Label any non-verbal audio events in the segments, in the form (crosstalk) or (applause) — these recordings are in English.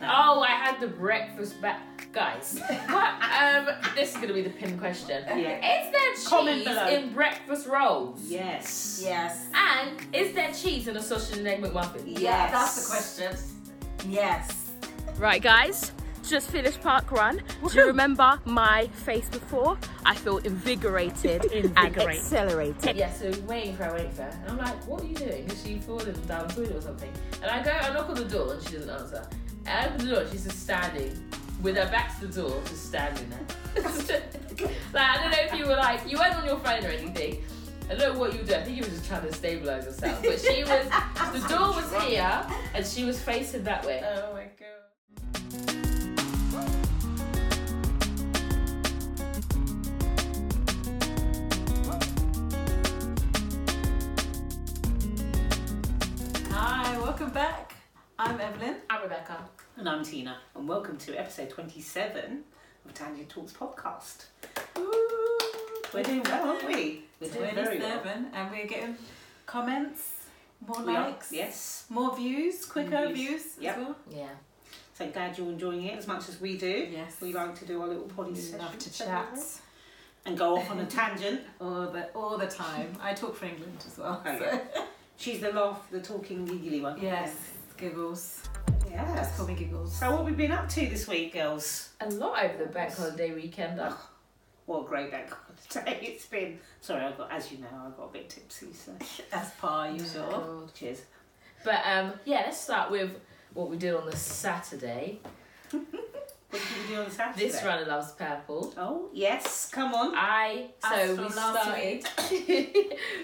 Oh, I had the breakfast back. Guys, what, um, this is going to be the pin question. Yeah. Is there cheese Comment below. in breakfast rolls? Yes. Yes. And is there cheese in a sausage and egg McMuffin? Yes. that's the question. Yes. Right, guys, just finished park run. Do you remember my face before? I feel (laughs) invigorated and Invigorate. accelerated. Yeah, so we're waiting for our waiter, and I'm like, "What are you doing?" Is she fallen down the toilet or something? And I go, I knock on the door, and she doesn't answer. And I open the door, and she's just standing with her back to the door, just standing there. (laughs) like I don't know if you were like you weren't on your phone or anything. I don't know what you were doing. I think you were just trying to stabilize yourself. But she was, the door was here, and she was facing that way. Uh, Oh my god. Hi, welcome back. I'm Evelyn. I'm Rebecca. And I'm Tina, and welcome to episode 27 of Tanya Talks podcast. We're doing well, aren't we? We're doing very well. 27, and we're getting comments, more We are, likes, yes. more views, quicker Views. views, Yep. as well. Yeah. So glad you're enjoying it as much as we do. Yes. We like to do our little potty session. love to chat And go off on a tangent. all the all the time. I talk for England as well. Oh, so- She's the laugh, the talking giggly one. Yes, giggles. Yes. Just call me giggles. So what have we been up to this week, girls? A lot over the bank holiday weekend. though. What a great (laughs) bank holiday it's been. Sorry, I got as you know, I got a bit tipsy, so As per usual. cheers. But um, yeah, let's start with what we did on the Saturday. What did you do on Saturday? This runner loves purple. Oh yes, come on. I As so from we last started.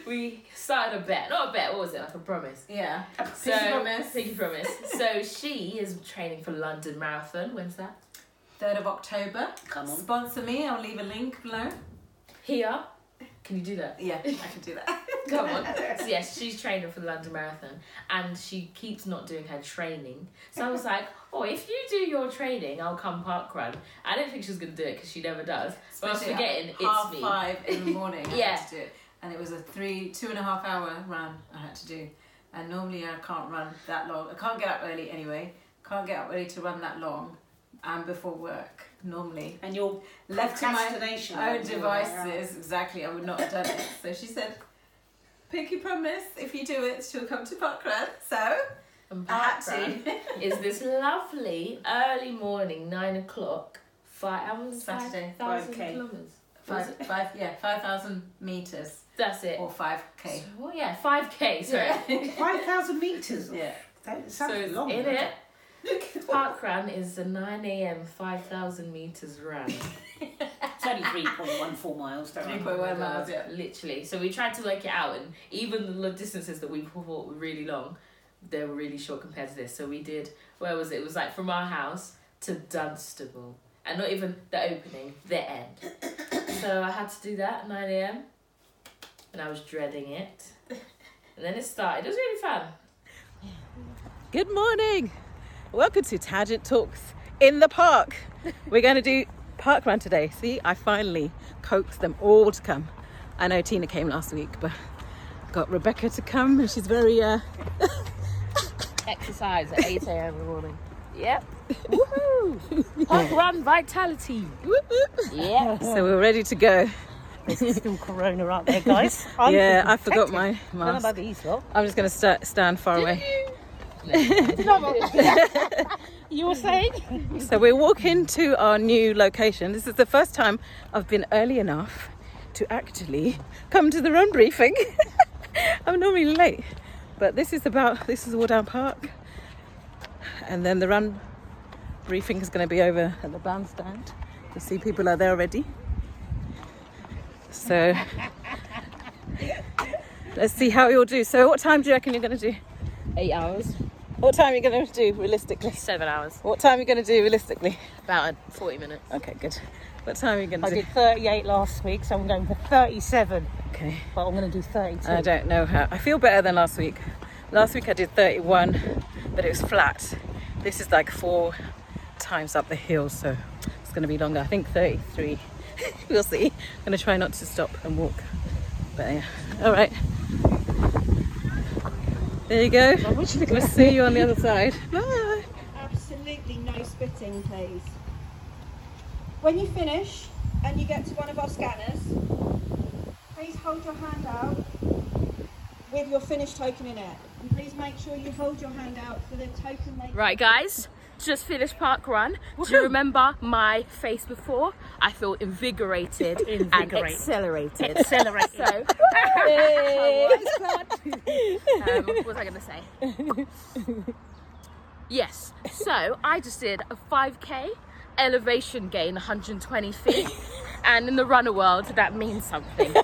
we started a bet, not a bet. What was it? Like a promise. Yeah. So, Pinky promise. Pinky promise. (laughs) so she is training for London Marathon. When's that? Third of October. Come on. Sponsor me. I'll leave a link below. Here. Can you do that? Yeah, I can do that. Come (laughs) on. So yes, she's training for the London Marathon and she keeps not doing her training. So I was like, oh, if you do your training, I'll come park run. I don't think she's going to do it because she never does. But I was Especially at forgetting, half it's me. five in the (laughs) morning. I Yeah. had to do it, and it was a three, two and a half hour run I had to do, and normally I can't run that long. I can't get up early anyway. Can't get up early to run that long, and before work normally. And your Left to my procrastination. own won't do that. devices. Exactly, I would not have done it. So she said, "Pinky promise, if you do it, she'll come to parkrun." So And I had park run to. is this lovely early morning, nine o'clock, five hours, Saturday, 5,000 5K. kilometres. five, five, yeah, five thousand meters That's it. or five k. So, well, yeah, 5K, sorry. (laughs) (laughs) Five thousand meters. Yeah. That sounds So it's long. in it. Park run is the 9 a.m. 5,000 meters run. It's only three point one four miles. Don't Three worry. point one miles. Yeah. Literally. So we tried to work it out, and even the distances that we thought were really long, they were really short compared to this. So we did, where was it? It was like from our house to Dunstable. And not even the opening, the end. (coughs) so I had to do that at 9 a.m. And I was dreading it. (laughs) And then it started. It was really fun. Good morning. Welcome to Tangent Talks in the park. We're going to do park run today. See, I finally coaxed them all to come. I know Tina came last week, but got Rebecca to come, and she's very uh, Exercise at 8 a.m. in the morning. Yep. (laughs) Woohoo! Park run vitality. (laughs) Yep. so we're ready to go. still corona out there, guys. I'm yeah, thinking I forgot my None mask. about these lot. I'm just going to sta stand far away. (laughs) You were saying? So we're walking to our new location. This is the first time I've been early enough to actually come to the run briefing. (laughs) I'm normally late, but this is about this is Wardown Park, and then the run briefing is going to be over at the bandstand. You see, people are there already. So let's see how you'll do. So, what time do you reckon you're going to do? Eight hours. What time are you going to do realistically? Seven hours. What time are you going to do realistically? About 40 minutes. Okay, good. What time are you going I to do? did 38 last week, so I'm going for 37. Okay. But I'm going to do 32. Uh. I don't know how. I feel better than last week. Last week I did 31, but it was flat. This is like four times up the hill, so it's going to be longer. I think 33. (laughs) we'll see. I'm going to try not to stop and walk. But yeah. All right. There you go. We'll see you on the other side. Bye. Absolutely no spitting, please. When you finish and you get to one of our scanners, please hold your hand out with your finished token in it. And please make sure you hold your hand out for the token they Right, guys, just finished park run. Do you remember my face before? I feel (laughs) invigorated and Invigorate. accelerated. Accelerate. So, (laughs) Oh my God. um, what was I going to say? Yes. So I just did a 5k elevation gain, 120 (laughs) feet, and in the runner world, that means something.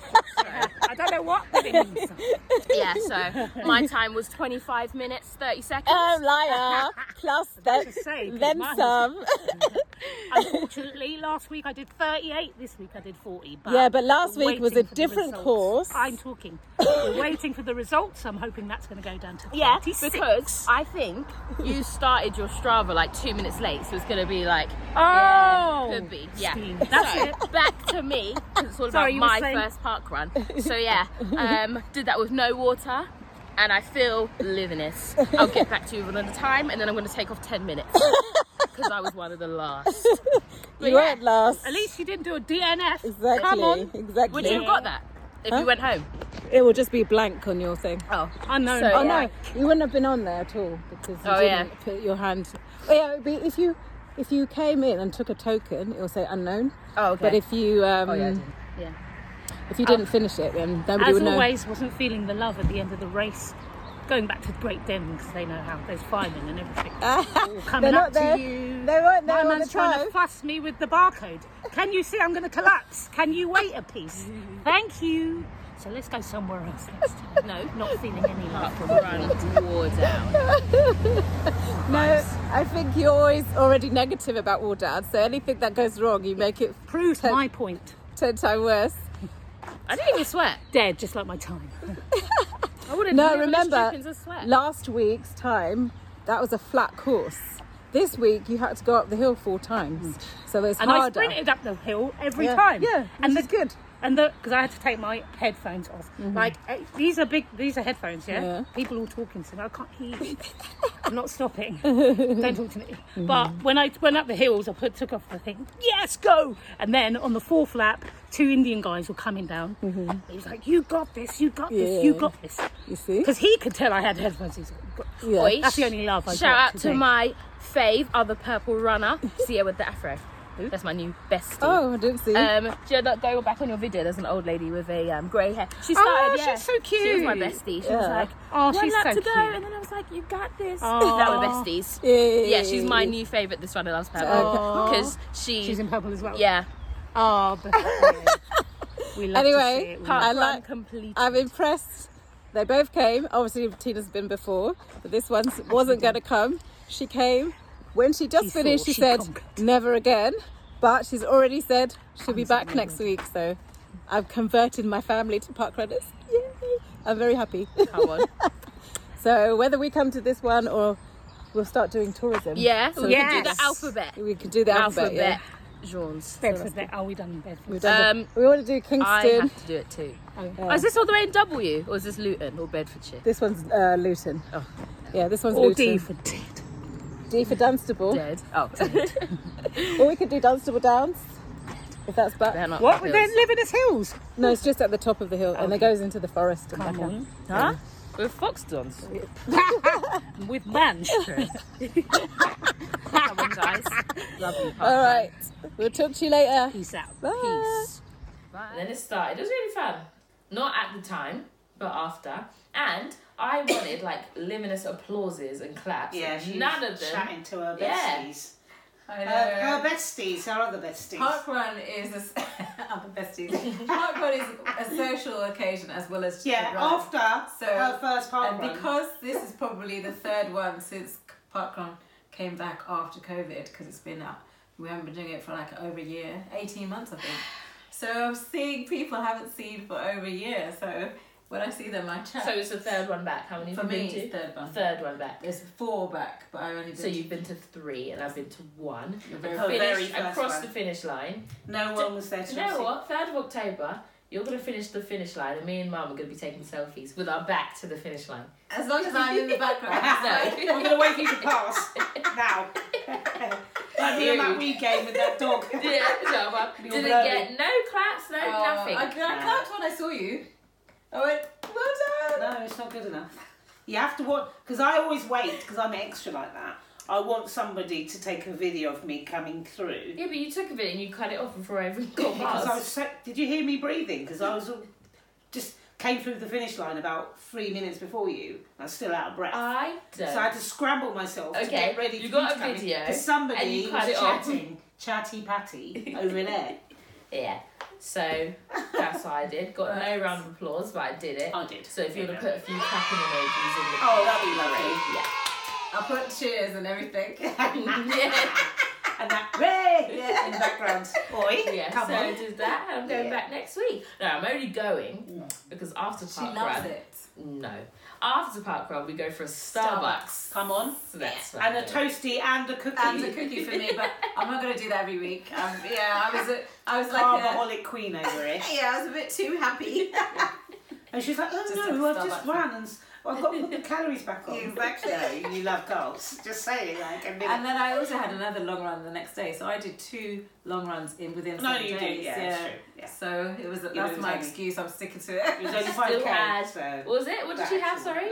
I don't know what that means. Yeah. So my time was 25 minutes 30 seconds. Oh, liar. Plus (laughs) them, say, 'cause them mine- some. (laughs) Unfortunately, last week I did 38, this week I did 40. But Yeah, but last we're week was waiting a for the different results. course. I'm (laughs) talking. We're (laughs) waiting for the results. I'm hoping that's going to go down to Yeah, 36. because I (laughs) think you started your Strava like two minutes late, so it's gonna be like Oh! could be yeah. Scheme. That's so, it. Back to me 'cause it's all about Sorry, you were my saying- first park (laughs) run. So yeah, um, did that with no water, and I feel living it. I'll get back to you another time, and then I'm gonna take off ten (laughs) minutes because I was one of the last. But you were yeah, at last. At least you didn't do a DNF. Exactly. Come on. Exactly. would you have got that if you went home? It will just be blank on your thing. Oh, I know. So, Oh I no, know. yeah. you wouldn't have been on there at all because you Oh, didn't put your hand. Oh, yeah, it'd be, if you if you came in and took a token, it will say unknown. Oh, okay. But if you um, yeah, I didn't. Yeah. if you didn't finish it, then nobody As would know. always, wasn't feeling the love at the end of the race. Going back to Great Denman because they know how there's firemen and everything. All coming (laughs) They're not up there. to you. They weren't My there all the man's trying time. to fuss me with the barcode. Can you see I'm going to collapse? Can you wait a piece? (laughs) Thank you. So let's go somewhere else next time. No, not feeling any love. Up and run, wore down. No, I think you're always already negative about War Dad. So anything that goes wrong, you make it Proves my point. ten times worse. I didn't even sweat. Dead, just like my (laughs) time. I wouldn't. No, remember last week's time. That was a flat course. This week you had to go up the hill four times, so it's And I harder. sprinted up the hill every Yeah. time. Yeah, and which that's is good. Mm-hmm. And because I had to take my headphones off. Like eh, these are big. These are headphones. Yeah. Yeah. People all talking to me. I can't hear. (laughs) you. I'm not stopping. Don't talk to me. Mm-hmm. But when I went up the hills, I put took off the thing. Yes, go. And then on the fourth lap, two Indian guys were coming down. He was like, "You got this. You got this. You Mm-hmm. Yeah. got this." You see? Because he could tell I had headphones. He's like, "Got- Yeah. Oi, That's the only love I Shout got out to today. my fave, other purple runner, Sia with the afro. That's my new bestie. Oh, I didn't see. Mm-hmm. Um, do you know, go back on your video. There's an old lady with a um, grey hair. She Oh, started. she's yeah, so She was my cute. bestie. She was Yeah. like, Oh, "One she's lap so to go," cute. and then I was like, "You got this." Aw. Now we're besties. Yay. Yeah, she's my new favourite. This runner loves purple Aw. because she. She's in purple as well. yeah, (laughs) Oh, but yeah. we love Anyway, to see it. We park I run like- complete. I'm impressed. They both came. Obviously, Tina's been before, but this one wasn't going to come. She came. When she just She thought finished, she, she said, conquered. never again. But she's already said she'll be back next week. So I've converted my family to park runners. Yay! I'm very happy. Come on. (laughs) so whether we come to this one or we'll start doing tourism. Yeah, we can do Yes. the alphabet. We could do the alphabet. alphabet. Jones. Bedford. There. Are we done in Bedford? Yeah. We've done the- Um, we want to do I Kingston. have to do it too. Oh. Oh, is this all the way in W or is this Luton or (laughs) Bedfordshire? This one's uh, Luton. Oh. Yeah, this one's Or Luton. D for dead. D for Dunstable. Dead. Oh, (laughs) Or we could do Dunstable Downs. If that's back. they're not. What? hills. They're living as hills. No, it's just at the top of the hill and it goes into the forest. and back up. Huh? With fox dons. With man. Come on, (laughs) guys. Love you. Oh, All right. We'll talk to you later. Peace out. Bye. And then it started. It was really fun. Not at the time, but after. And I (coughs) wanted like luminous applauses and claps. Yeah, and she none was of them. chatting to her Yeah. besties. Uh, Her, I Uh, her know. besties, her other besties. Park run is a s- (laughs) I'm the (laughs) besties. Park run is a social occasion as well as just a yeah, run. after So- her first park And run. because this is probably the third one since Parkrun came back after COVID, because it's been up, we haven't been doing it for like over a year, 18 months, I think. So I'm seeing people I haven't seen for over a year. So when I see them, I chat. So it's the third one back. How many for have you me, been it's to? third one. Third one back. There's four back, but I only did. So you've been to three, and I've been to one. You're I very- Her very finished. I first crossed one. the finish line. no one was there to You know see- (laughs) what? Third of October, you're gonna finish the finish line, and me and Mum are gonna be taking selfies with our back to the (laughs) finish line. (laughs) as long as I'm in the background. No. (laughs) I'm going to wait for you to pass now. (laughs) Like me on that weekend with that dog. (laughs) Yeah, so I didn't blurry. get no claps, no Oh, nothing. I, I clapped when I saw you. I went, well done. No, it's not good enough. You have to watch because I always wait because I'm extra like that. I want somebody to take a video of me coming through. yeah, but you took a bit and you cut it off before I even (laughs) got Because I past. was so, did you hear me breathing? Because I was all- just came through the finish line about three minutes before you. and I was still out of breath. I so don't. I (laughs) had to scramble myself to Okay, get ready. you for got to a come in. video 'Cause somebody and you cut was it off. chatting, (laughs) chatty patty over there. yeah. So that's what I did. Got no round of applause, but I did it. I did. So if you want to put a few clapping emojis (laughs) in the Oh, that'd be lovely. yeah. I put cheers and everything. (laughs) yeah, And that "Hey!" yeah, in the background. Oi, (laughs) yeah. come so on. I did that, and I'm going Yeah. back next week. No, I'm only going because after She park loves run, it. no, after park run we go for a Starbucks. Come on. So that's what And I a did. toasty and a cookie. And a cookie for me, but I'm not gonna do that every week. Um, yeah, I was, a, I was like, a, Carbaholic queen over it. yeah, I was a bit too happy. (laughs) And she's like, oh Just no, like I've just Starbucks. ran and s- I've got to put the calories back on. Exactly. No, you love goals. Just saying, like, a minute. And then I also had another long run the next day, so I did two long runs in within No, seven you do, days. yeah, it's true. Yeah. So it was know, that's it was my only- excuse. I'm sticking to (laughs) It was it. only 5k, add- so. What was it? What did she Back have? to- Sorry,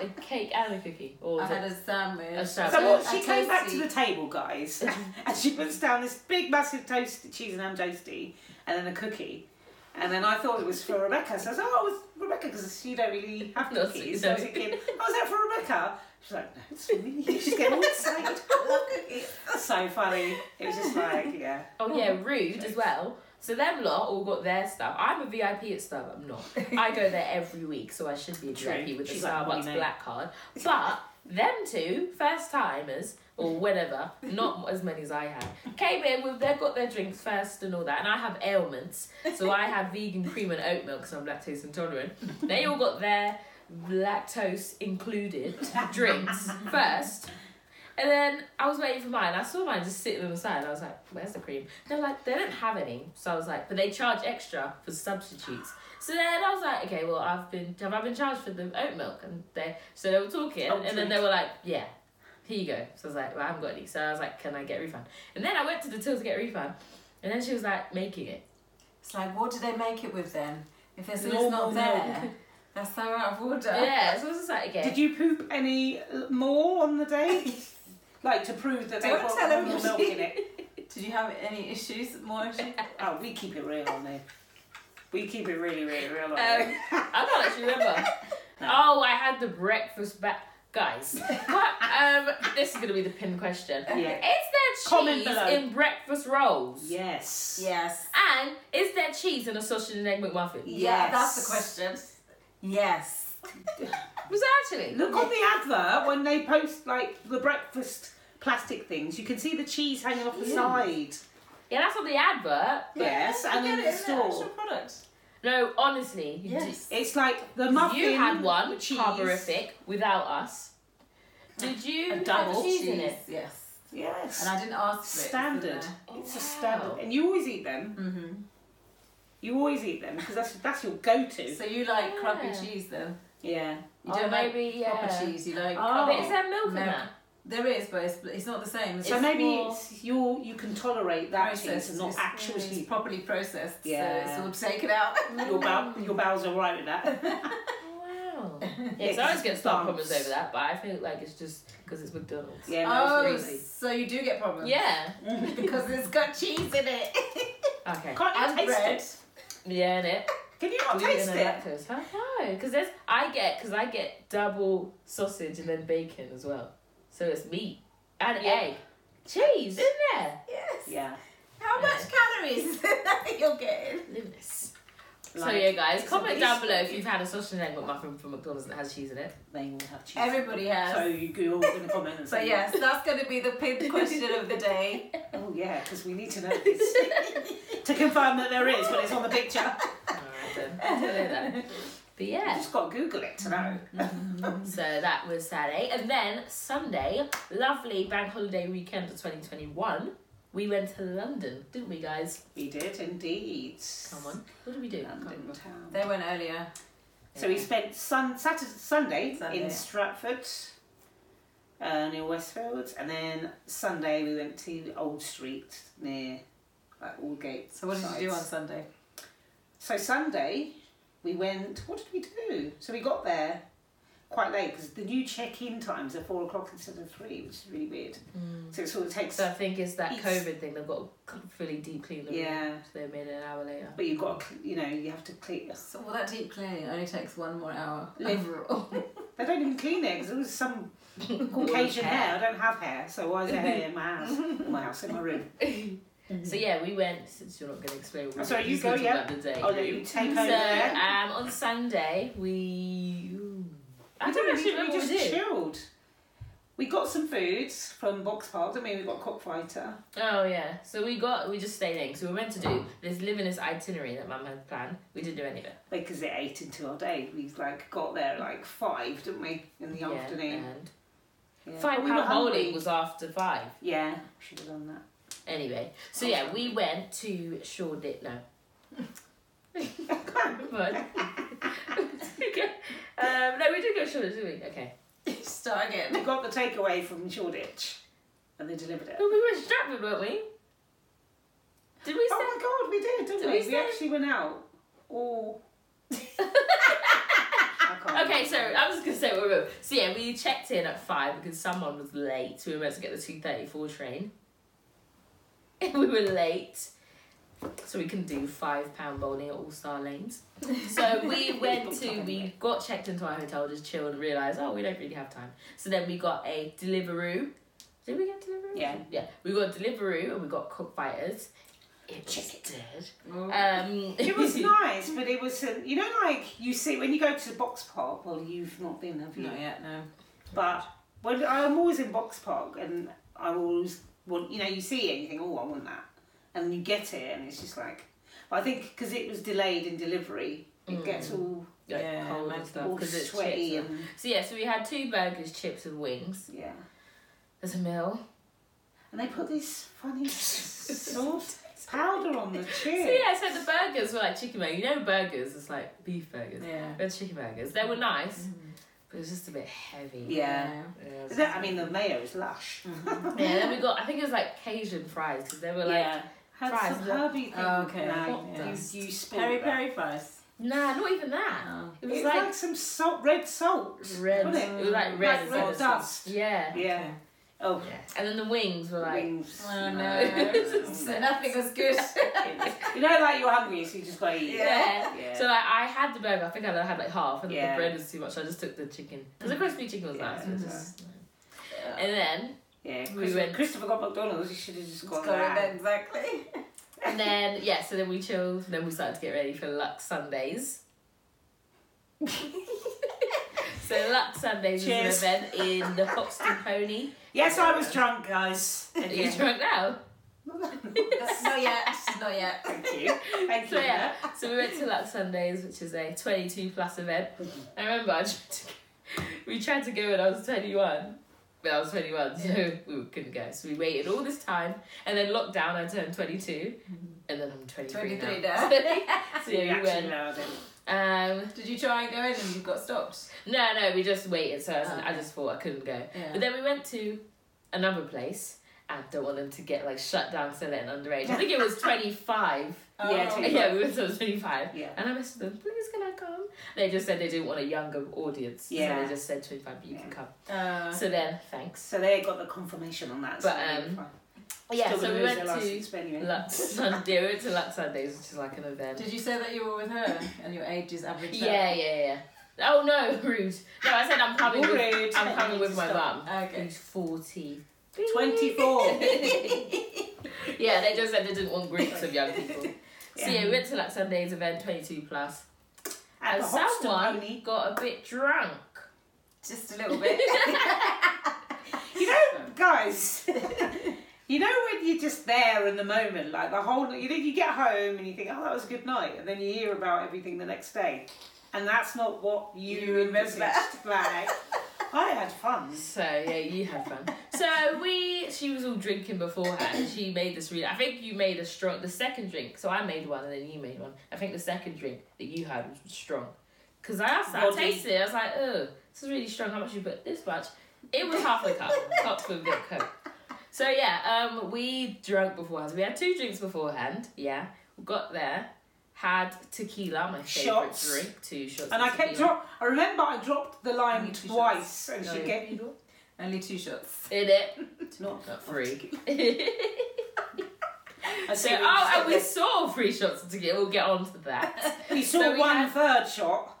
a cake and a cookie. Or I was had it? a sandwich. A sandwich. So what, a she came back to toasty. the table, guys, (laughs) and she puts down this big, massive toast, cheese and ham toasty, and then a cookie. And then I thought it was for Rebecca, so I was like, oh, it's Rebecca, because you don't really have No, cookies. so- So I was thinking, oh, is that for Rebecca? She's like, no, it's for me. (laughs) She's getting all excited. (laughs) I love cookies. So funny. It was just like, yeah. Oh yeah, rude as well. So them lot all got their stuff. I'm a VIP at Starbucks. I'm (laughs) not. I go there every week, so I should be a True. VIP with a She's like, eh? Starbucks what do you know? black card. But them two first timers or whatever, not as many as I had, came in with they've got their drinks first and all that, and I have ailments, so I have vegan cream and oat milk because I'm lactose intolerant. They all got their lactose (laughs) included drinks first. And then I was waiting for mine. I saw mine just sitting on the side. I was like, "Where's the cream?" They're like, "They don't have any." So I was like, "But they charge extra for substitutes." So then I was like, "Okay, well, I've been have I been charged for the oat milk?" And they so they were talking, Oh, and then drink. they were like, "Yeah, here you go." So I was like, well, "I haven't got any." So I was like, "Can I get a refund?" And then I went to the till to get a refund, and then she was like making (laughs) it. It's like, what do they make it with then? If it's, it's Normal not there, that's so out of order. Yeah, so I was just like, "Okay." Did you poop any more on the day? (laughs) like to prove that they Don't got tell normal everybody. milk in it. Did you have any issues? (laughs) More issues? Oh, we keep it real on there. We keep it really, really real on Um, there. I can't actually remember. Oh, I had the breakfast back. Guys, what, um, this is going to be the pin question. (laughs) Yeah. Is there Comment cheese below. in breakfast rolls? Yes. Yes. And is there cheese in a sausage and egg McMuffin? Yeah, Yes. that's the question. Yes. Was actually? Look on the advert when they post like the breakfast plastic things. You can see the cheese hanging off the side. Yeah, that's on the advert. Yes, and in the store. product. No, honestly, you, did- Yes. It's like the muffin. you had one, cheese. carborific, without us. Did you double have cheese in it? Yes. Yes. And I didn't ask for it. Oh, standard. It's a standard, and you always eat them. Mm-hmm. You always eat them because that's that's your go-to. So you like Yeah. crumpy cheese then? Yeah. You Oh, don't like maybe, yeah. proper cheese. You like Oh. But is there milk in Milk. that? There is, but it's, it's not the same. It's So just maybe more- it's your you can tolerate that cheese processed. and not It's- actual it's cheese. properly processed. Yeah. So it's all (laughs) taken out. Your, bow, your bowels are right with that. Wow. Yeah, 'cause Yeah, I always 'cause get it's star McDonald's. comments over that, but I feel like it's just because it's McDonald's. Yeah, no, (laughs) oh, it's really. so you do get problems. Yeah. Because it's got cheese in it. (laughs) Okay. Can't you And taste bread. it? Yeah, and it. Can you not We live taste in it? lactose. I know, because there's I get because I get double sausage and then bacon as well, so it's meat and egg, cheese in there. Yes. Yeah. How much calories (laughs) is that you're getting? Goodness. so Like, yeah, guys, it's comment a down beast. below if you've had a sausage and egg McMuffin from McDonald's that has cheese in it. They all have cheese. Everybody has. So you go all in the comments (laughs) and so say, yes, that's going to be the pin question of the day. Oh yeah, because we need to know this (laughs) to confirm that there is when it's on the (laughs) picture. All right (laughs) then. I don't know that. But You yeah, just got to Google it to know. so that was Saturday, and then Sunday, lovely bank holiday weekend of 2021. We went to London, didn't we, guys? We did indeed. Come on, what did we do? London town. They went earlier. So we spent sun Saturday Sunday, Sunday. in Stratford. uh, near Westfield, and then Sunday we went to Old Street near like Aldgate. So what did you do on sides. Sunday? So Sunday we went. What did we do? So we got there quite late because the new check-in times are four o'clock instead of three, which is really weird. Mm. So it sort of takes. So I think it's that It's- COVID thing. They've got to fully deep clean the room. Yeah. So they made it an hour later. But you've got, to, cl- you know, you have to clean. So well, that deep cleaning only takes one more hour Live- overall. (laughs) They don't even clean it because there was some (laughs) Caucasian hair. I don't have hair, so why is there hair in (laughs) my house? In my house, in my room. So yeah, we went. Since you're not going to explain, what we Mm-hmm. I'm sorry, did, you just go, talk yeah. about The day. I'll let Oh, you take over. So there. um, on Sunday we. I don't We didn't actually really- remember we what just we did. chilled. We got some foods from Box Park. I mean, we got Cockfighter. Oh yeah. So we got we just stayed in. So we were meant to do this living this itinerary that Mum had planned. We didn't do any of it. Because it ate into our day. We like got there at like five, didn't we, in the Yeah, afternoon? And Yeah. five But we pound were hungry. bowling was after five. Yeah, should have done that. (laughs) Anyway, so yeah, we went to Shoreditch. (laughs) No. But- (laughs) um, no, we did go to Shoreditch, didn't we? Okay. Start again. We got the takeaway from Shoreditch, and they delivered it. Well, we were in Stratford, weren't we? Did we say? Oh my god, we did, didn't Did we? we We, say- actually went out. All. (laughs) I can't Okay, remember. so I was gonna say what we were. So yeah, we checked in at five because someone was late. We were meant to get the two thirty four train. (laughs) we were late, so we can do five pound bowling at All Star Lanes. (laughs) So we went to we got checked into our hotel, just chilled, and realised oh we don't really have time. So then we got a Deliveroo. Did we get Deliveroo? Yeah. yeah. We got Deliveroo and we got Cookfighters. It was dead. Oh. Um, (laughs) It was nice, but it was, uh, you know, like you see when you go to the box park. Well, you've not been, have you? Not yet, no. But when I'm always in box park, and I always want, you know, you see it, and you think, oh, I want that, and you get it, and it's just like, but I think because it was delayed in delivery, it gets all like, Yeah, cold and imagine. stuff all because it's sweaty chips. and So yeah, so we had two burgers, chips, and wings. yeah. There's a meal. And they put this funny sauce powder on the So chin. yeah, so the burgers were like chicken burgers. You know, burgers it's like beef burgers. Yeah. We had chicken burgers. They were nice, but it was just a bit heavy. Mm-hmm. yeah. Yeah, it was- That, I mean, the (laughs) mayo is lush. Yeah, then we got. I think it was like Cajun fries because they were like, Had Fries, some look. herby thing. Oh, okay. No, Yeah. you, you spilled Peri that. peri fries. nah, not even that. Oh. It It was was like, like some salt, red salt. red. wasn't It was like red. Like red dust. Yeah. Yeah. Oh, And then the wings were like. wings. (laughs) Oh no. (laughs) so nothing was good. you know, like you're hungry, so you just gotta eat. Yeah. Yeah. So like I had the burger. I think I had like half, and Yeah. the bread was too much. So I just took the chicken because the crispy chicken was nice. It was just, Yeah. And then Yeah. Christopher, We went- Christopher got McDonald's. He should have just gone. Got there. it, exactly. And then yeah, so then we chilled. Then we started to get ready for Lux (laughs) Sundays. so Lux Sundays Cheers. is an event in the Foxton Pony. Yes, (laughs) I was drunk, guys. Are you drunk (laughs) now? not yet. Not yet. Thank you. (laughs) Thank So you. yeah, so we went to Lux Sundays, which is a twenty-two plus event. I remember I tried to, we tried to go when I was twenty-one. But I was 21, so we couldn't go. So we waited all this time, and then lockdown, I turned 22, and then I'm 23 23 now. (laughs) now. (laughs) so You yeah, we Mm-hmm. actually went. know I didn't. Um, Did you try and go in and you got stopped? No, no, we just waited, so I, was, I Okay. just thought I couldn't go. Yeah. But then we went to another place. I don't want them to get like shut down so they're underage. I think it was 25. Yeah, Oh. (laughs) too. yeah, we went to 25. Yeah. And I messaged them, please can I come? They just said they didn't want a younger audience. So Yeah. they just said 25, but you can come. Uh, So then, thanks. So they got the confirmation on that. But, so um, fine. Yeah, Still so gonna we lose went their to license, but anyway. Lux Sunday, we went to Lux Sundays, which is like an event. did you say that you were with her and your age is average? Yeah, yeah, yeah. Oh no, (laughs) rude. No, I said I'm coming Rude. with, I'm coming with my mum. Stop. Okay. Who's 40. 24. (laughs) Yeah, they just said they didn't want groups of young (laughs) people. So yeah, we went to like Sunday's event, 22 plus, At and the Hoxton someone Pony. got a bit drunk. Just a little bit. You know, guys, (laughs) you know when you're just there in the moment, like the whole, you know, you get home and you think, oh, that was a good night, and then you hear about everything the next day, and that's not what you, You envisaged. remember. (laughs) Like, I had fun. So yeah, you had fun. So we, she was all drinking beforehand. She made this really. I think you made a strong. The second drink. So I made one and then you made one. I think the second drink that you had was strong. Cause I asked, her, I Rodney. tasted it. I was like, oh, this is really strong. How much you put? This much. It was half a (laughs) cup, cups with a bit of coke. So yeah, um, we drank beforehand. We had two drinks beforehand. Yeah, we got there, had tequila, my favorite Shots. drink, two shots. And of I kept tequila. drop. I remember I dropped the line Only two twice, and she No. gave me (laughs) Only two shots. in it, not not (laughs) free. I so said, oh, and we saw three shots of tequila. We'll get on to (laughs) that. we saw so one we third had- shot.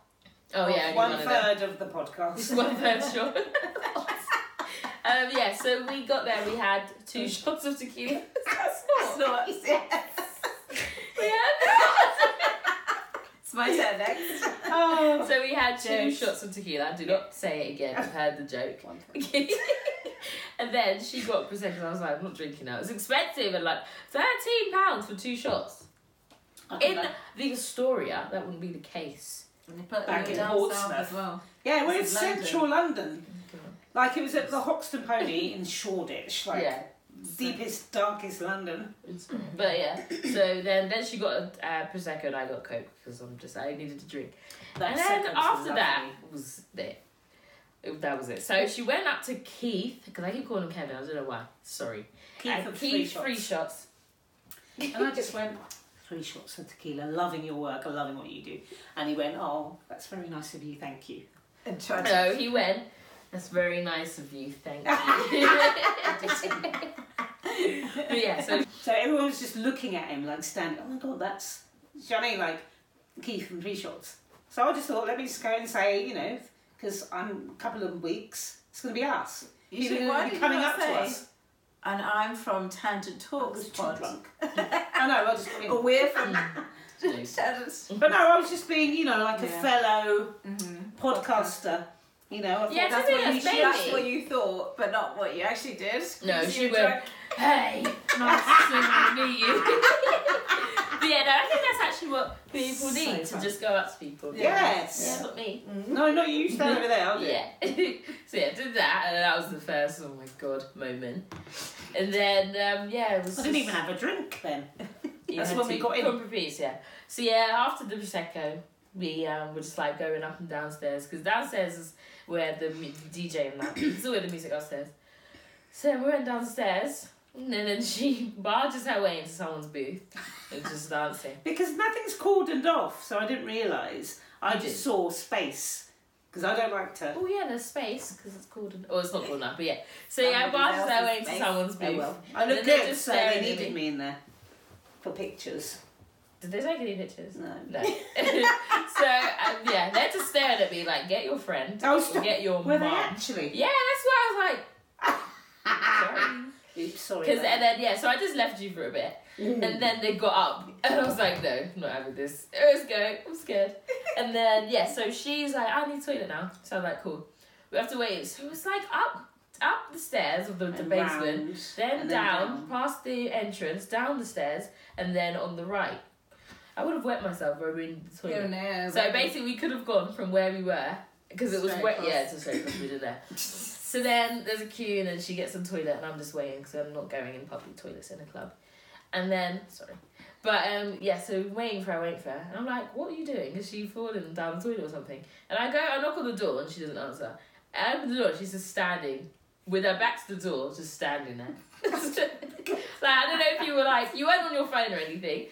Oh yeah, only of one of them. third of the (laughs) (laughs) podcast. One third shot. um, yeah, so we got there. We had two shots of tequila. (laughs) It's not. We had- It's my turn next. oh, so we had two Jokes. shots of tequila. Do not say it again. I've heard the (laughs) joke. (laughs) and then she got prosecco. and I was like, I'm not drinking that. It's expensive and like thirteen pounds for two shots. In the Astoria, that wouldn't be the case. And they put Back them in down south Portsmouth. as well. yeah, we're in This is London. central London. Like it was at the Hoxton Pony in Shoreditch, like yeah. deepest, darkest London. But yeah, so then then she got a uh, prosecco and I got coke because I'm just I needed a drink. and then Prosecco's after that lovely. was it. It- That was it. So she went up to Keith because I keep calling him Kevin. I don't know why. Sorry. Keith and of uh, Keith three three shots. shots. And I just went, three shots of tequila, loving your work, loving what you do. And he went, oh, that's very nice of you, thank you. And tried to So he went. That's very nice of you. Thank you. (laughs) (laughs) but yeah. So So everyone was just looking at him, like standing, oh my god, that's Johnny, like Keith from Three Shots. So I just thought, let me just go and say, you know, because I'm a couple of weeks, it's going to be us. You People should- are why gonna be did you coming not up say? to us. And I'm from Tangent I Talks was too pod. drunk. (laughs) I know, I was just Or Oh. being, we're from Nice. Tangent. but no, I was just being, you know, like a Yeah. fellow Mm-hmm. podcaster. You know, I thought Yeah, that's to what be you honest, should maybe- That's what you thought, but not what you actually did. no, You she were went. drunk. Hey, nice to meet you. (laughs) but yeah, no, I think that's actually what people So need to fun. just go up to people. Yes. Yeah, not me. No, no, you stand over there. I'll do it. Yeah. (laughs) so yeah, did that, and that was the first. Oh my god, moment. And then um, yeah, it was. I didn't just- even have a drink then. you that's had when we to- got in. proper beats, yeah. So yeah, after the prosecco, we um, were just like going up and downstairs because downstairs is where the mu- DJ and that. (coughs) it's always the music upstairs. So we went downstairs. And then she (laughs) barges her way into someone's booth and just dancing. Because nothing's cordoned off, so I didn't realise. I did. just saw space. Because I don't like to. Oh yeah, there's space because it's called. An, oh, it's not called enough, but yeah. So yeah, Somebody barges her else's way into space. someone's Oh, booth. well. I And look then they're good, just so they staring at needed me. me in there for pictures. Did they take any pictures? No. No. (laughs) so um, yeah, they're just staring at me like, get your friend, Oh, or stop. get your Were mum. they actually? Yeah, that's why (laughs) I was like, sorry. Oops, sorry. Because there. and then yeah, so I just left you for a bit, Mm. and then they got up, and I was like, no, I'm not having this. Let's go. I'm (laughs) scared. And then yeah, so she's like, I need toilet now. So I'm like, cool. We have to wait. So it's like up, up the stairs of the, the And basement, round, then, and down, past the entrance, down the stairs, and then on the right. I would have wet myself over in the toilet. Here and there. So right? basically, we could have gone from where we were because it was Straight wet. across. Yeah, it's a straight across. We did that. (laughs) So then there's a queue, and then she gets on toilet, and I'm just waiting because I'm not going in public toilets in a club. And then sorry, but um yeah, so waiting for her, waiting for her, and I'm like, what are you doing? Is she falling down the toilet or something? And I go, I knock on the door, and she doesn't answer. I open the door, she's just standing with her back to the door, just standing there. (laughs) like I don't know if you were like you weren't on your phone or anything.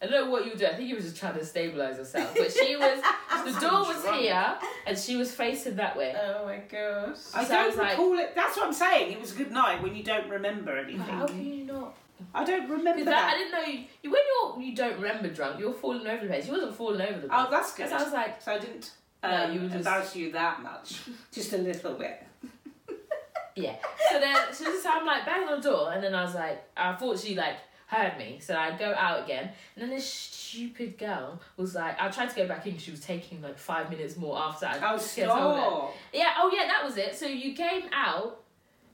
I don't know what you were doing. I think you were just trying to stabilize yourself. But she (laughs) was the door was here and she was facing that way. Oh my gosh. I so I was don't like- recall it. That's what I'm saying. It was a good night when you don't remember anything. How can you not? I don't remember Because that. that, I didn't know you, you when you're you don't remember drunk, you're falling over the place. You wasn't falling over the place. Oh, that's good. So I was like, so I didn't um, No, you were just- embarrass you (laughs) that much. Just a little bit. yeah. So then so just, I'm like banging on the door and then I was like I thought she like heard me. So I go out again and then this stupid girl was like I tried to go back in 'cause she was taking like five minutes more after I Oh, get hold of it. stop. Yeah, oh yeah, that was it. So you came out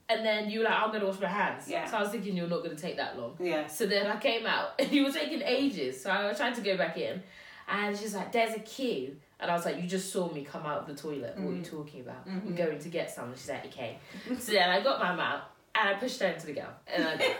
and then you were like, I'm gonna wash my hands. Yeah. So I was thinking you're not gonna take that long. Yeah. So then I came out (laughs) and you were taking ages. So I tried to go back in and she's like, There's a queue. And I was like, You just saw me come out of the toilet. What are Mm-hmm. you talking about? I'm going to get some. And she's like, Okay. so then I got my mouth and I pushed her into the girl. And I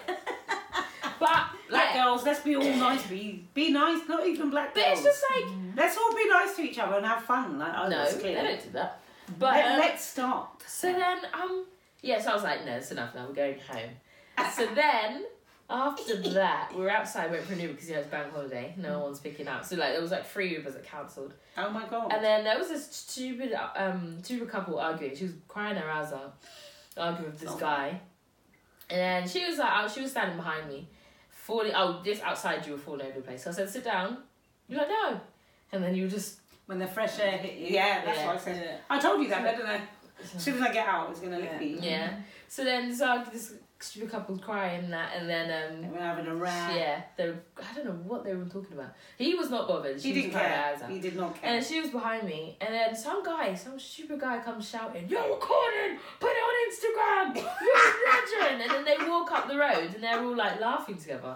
(laughs) But Black like girls, let's be all nice. Be be nice. Not even black But girls. it's just like let's all be nice to each other and have fun. Like I No, was they Mm-hmm. clear. don't do that. But Let, um, let's start. So then um Yeah, so I was like, no, that's enough now, we're going home. so then, (laughs) after that, we were outside waiting for an Uber because, you know, it's bank holiday, no one's picking up. So, like, there was like three Ubers that cancelled. Oh my god. And then there was this stupid, um, stupid couple arguing. She was crying her eyes out, arguing with this Oh. guy. And then she was like, oh, she was standing behind me, falling. Oh, this outside you were falling over the place. So I said, sit down. You're like, no. And then you were just When the fresh air hit you. Yeah, that's what I said. I told you that, didn't I? As soon as I get out, it's gonna Yeah. lick me. Yeah. So then, so I- this stupid couple crying and that, and then um, We're having a row. yeah, they were- I don't know what they were talking about. He was not bothered. She He was didn't crying her care. eyes out. He did not care. And she was behind me, and then some guy, some stupid guy, comes shouting, "You're recording! Put it on Instagram! You're a legend!" And then they walk up the road, and they're all like laughing together.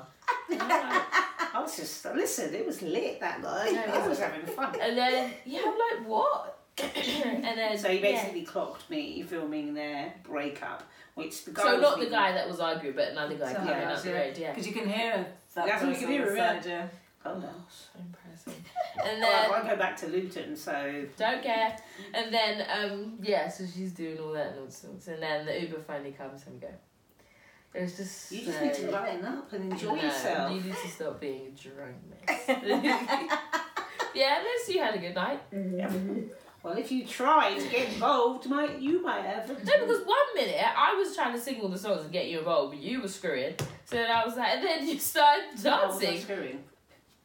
And I'm like, (laughs) I was just listen. It was lit that night. No, it (laughs) I was wasn't. having fun. And then yeah, I'm like, "What?" (coughs) and then So he yeah. basically clocked me filming their breakup, which the guy. So was not the leaving- guy that was arguing, but another guy Someone coming up else, the yeah. road. Yeah, Because you can hear that That's what you person can hear, on the yeah. side, yeah. Oh no. impressive. And Well, then I go back to Luton, so don't care. And then, um, yeah, so she's doing all that nonsense. And then the Uber finally comes and we go. It was just. you just so- need to lighten up and enjoy No, yourself. (laughs) You need to stop being a drunk mess. (laughs) yeah, unless you had a good night. Well, if you try to get involved, might you might have. No, because one minute I was trying to sing all the songs and get you involved, but you were screwing. So then I was like, and then you (laughs) started Why was I dancing. screwing?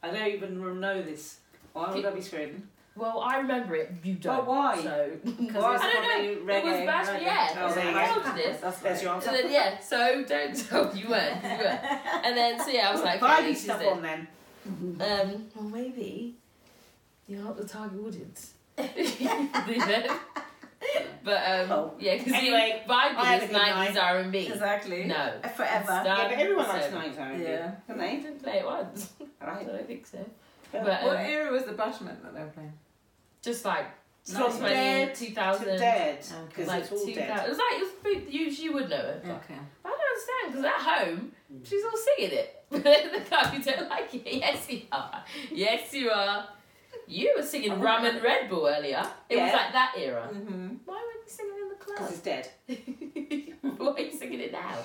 I don't even know this. Why would I be screwing? Well, I remember it. You don't. But why? So. I Why don't know. probably it was reggae, bad reggae. yeah. Oh, there you I go. told you this. That's There's right. your answer. And then yeah, so don't tell you weren't, you (laughs) weren't. And then so yeah, I was like, Buy okay, me this is stuff it. on then. Um, well maybe you're not the target (laughs) (laughs) audience. but um, Well, yeah, because Oh. anyway, you vibe I had with a this good night. nineties R and B. Exactly. Uh, No, Forever. Yeah, but everyone likes so- nines, don't Yeah. Don't I they? didn't play it once. (laughs) I Right. don't think so. Yeah. But What um, era was the Bashment that they were playing? just like From from dead two to thousand, dead because like it's all two dead. thousand. It's like it's, big- you you would know it. but- Okay. I don't understand because at home she's all singing it, (laughs) but then the guy you don't like it. Yes, you are. Yes, you are. You were singing Rum and Red Bull earlier. It was Yeah. like that era. Mm-hmm. Why weren't you singing it in the Because club? it's dead. (laughs) Why are you singing it now?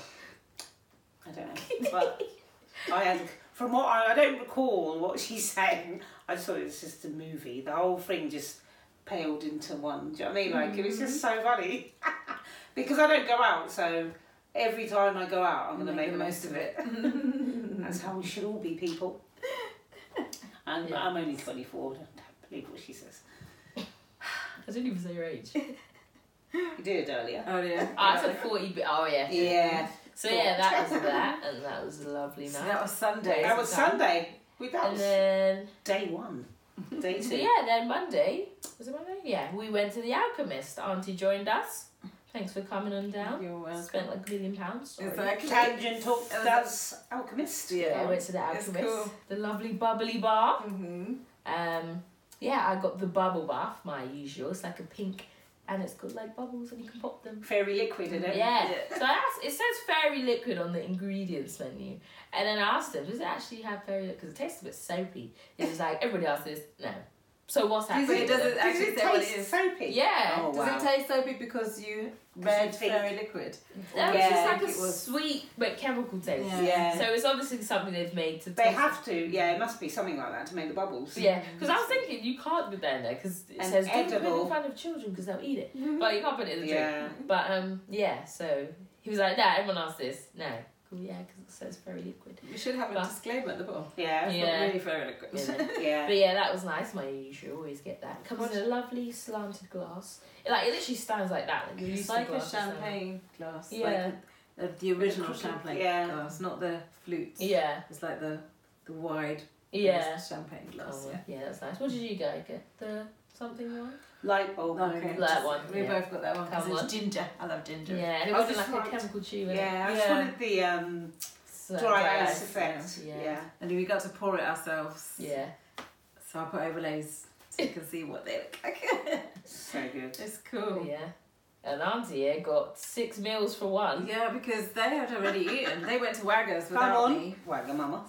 I don't (laughs) know. But I had, from what I, I don't recall what she (laughs) sang. I just thought it was just a movie. The whole thing just paled into one. Do you know what I mean? Like it was just so funny (laughs) because I don't go out, so every time I go out, I'm going to make, the most of it. (laughs) That's how we should all be, (laughs) people. And Yeah. I'm only 24. I don't believe what she says. I didn't even say your (laughs) age. You did earlier. Oh yeah. Ah, I said 40, but oh yeah. Yeah, So yeah, that was that, and that was a lovely So night. that was Sunday. that was Sunday. We that And was then, day one, day so two. yeah, then Monday, was it Monday? Yeah, we went to The Alchemist. Auntie joined us. Thanks for coming on down. You're welcome. Spent like a million pounds. Sorry. Exactly. Tangent talk. It was- That's alchemist. Oh, Yeah, I Yeah. went to the It's Alchemist, cool. the lovely bubbly bar. Mm-hmm. Um, yeah, I got the bubble bath, my usual. It's like a pink, and it's got like bubbles, and you can pop them. Fairy liquid in Yeah. it. So I asked, it says fairy liquid on the ingredients menu, and then I asked them, does it actually have fairy liquid? Because it tastes a bit soapy. It was like everybody else this. No. So what's Does happening? it, does it Does actually it say what it taste is? soapy? Yeah. Oh, wow. Does it taste soapy because you read think- fairy liquid? That was Yeah, just like a it was- sweet but chemical taste. Yeah. yeah. So it's obviously something they've made to. they taste- have to. Yeah, it must be something like that to make the bubbles. Yeah, because I was thinking you can't put that in there because it And says don't put it in edible. front of children because they'll eat it. But you can't put it in the Yeah. drink. But um, yeah. So he was like, "Nah, everyone asked this. No, Cool, yeah, because it says very liquid." We should have a But- disclaimer at the bottom. Yeah. Yeah. It's not really fairy liquid. Yeah. Yeah. but yeah, that was nice. My you should always get that. Comes in a lovely slanted glass. It, like it literally stands like that. Like, you're used It's to like a glasses now. champagne glass. Yeah. Like uh, the, the original crooked- champagne yeah. glass, not the flutes. Yeah, It's like the the wide yeah. champagne glass. Oh, Yeah. yeah, that's nice. What did you go get? The something one? Light bulb. Okay. That one, We yeah. both got that one Come because on. it's ginger. I love ginger. Yeah, and it I wasn't just like a liked- chemical tube. in it. Yeah, I just Yeah. wanted the um, So- dry ice effect. Yeah. Yeah. And we got to pour it ourselves. Yeah. So I put overlays so you can see what they look like. So good. it's cool. Yeah. And Auntie here got six meals for one. Yeah, because they had already eaten. They went to Waggers Come without on. me, Wagamama.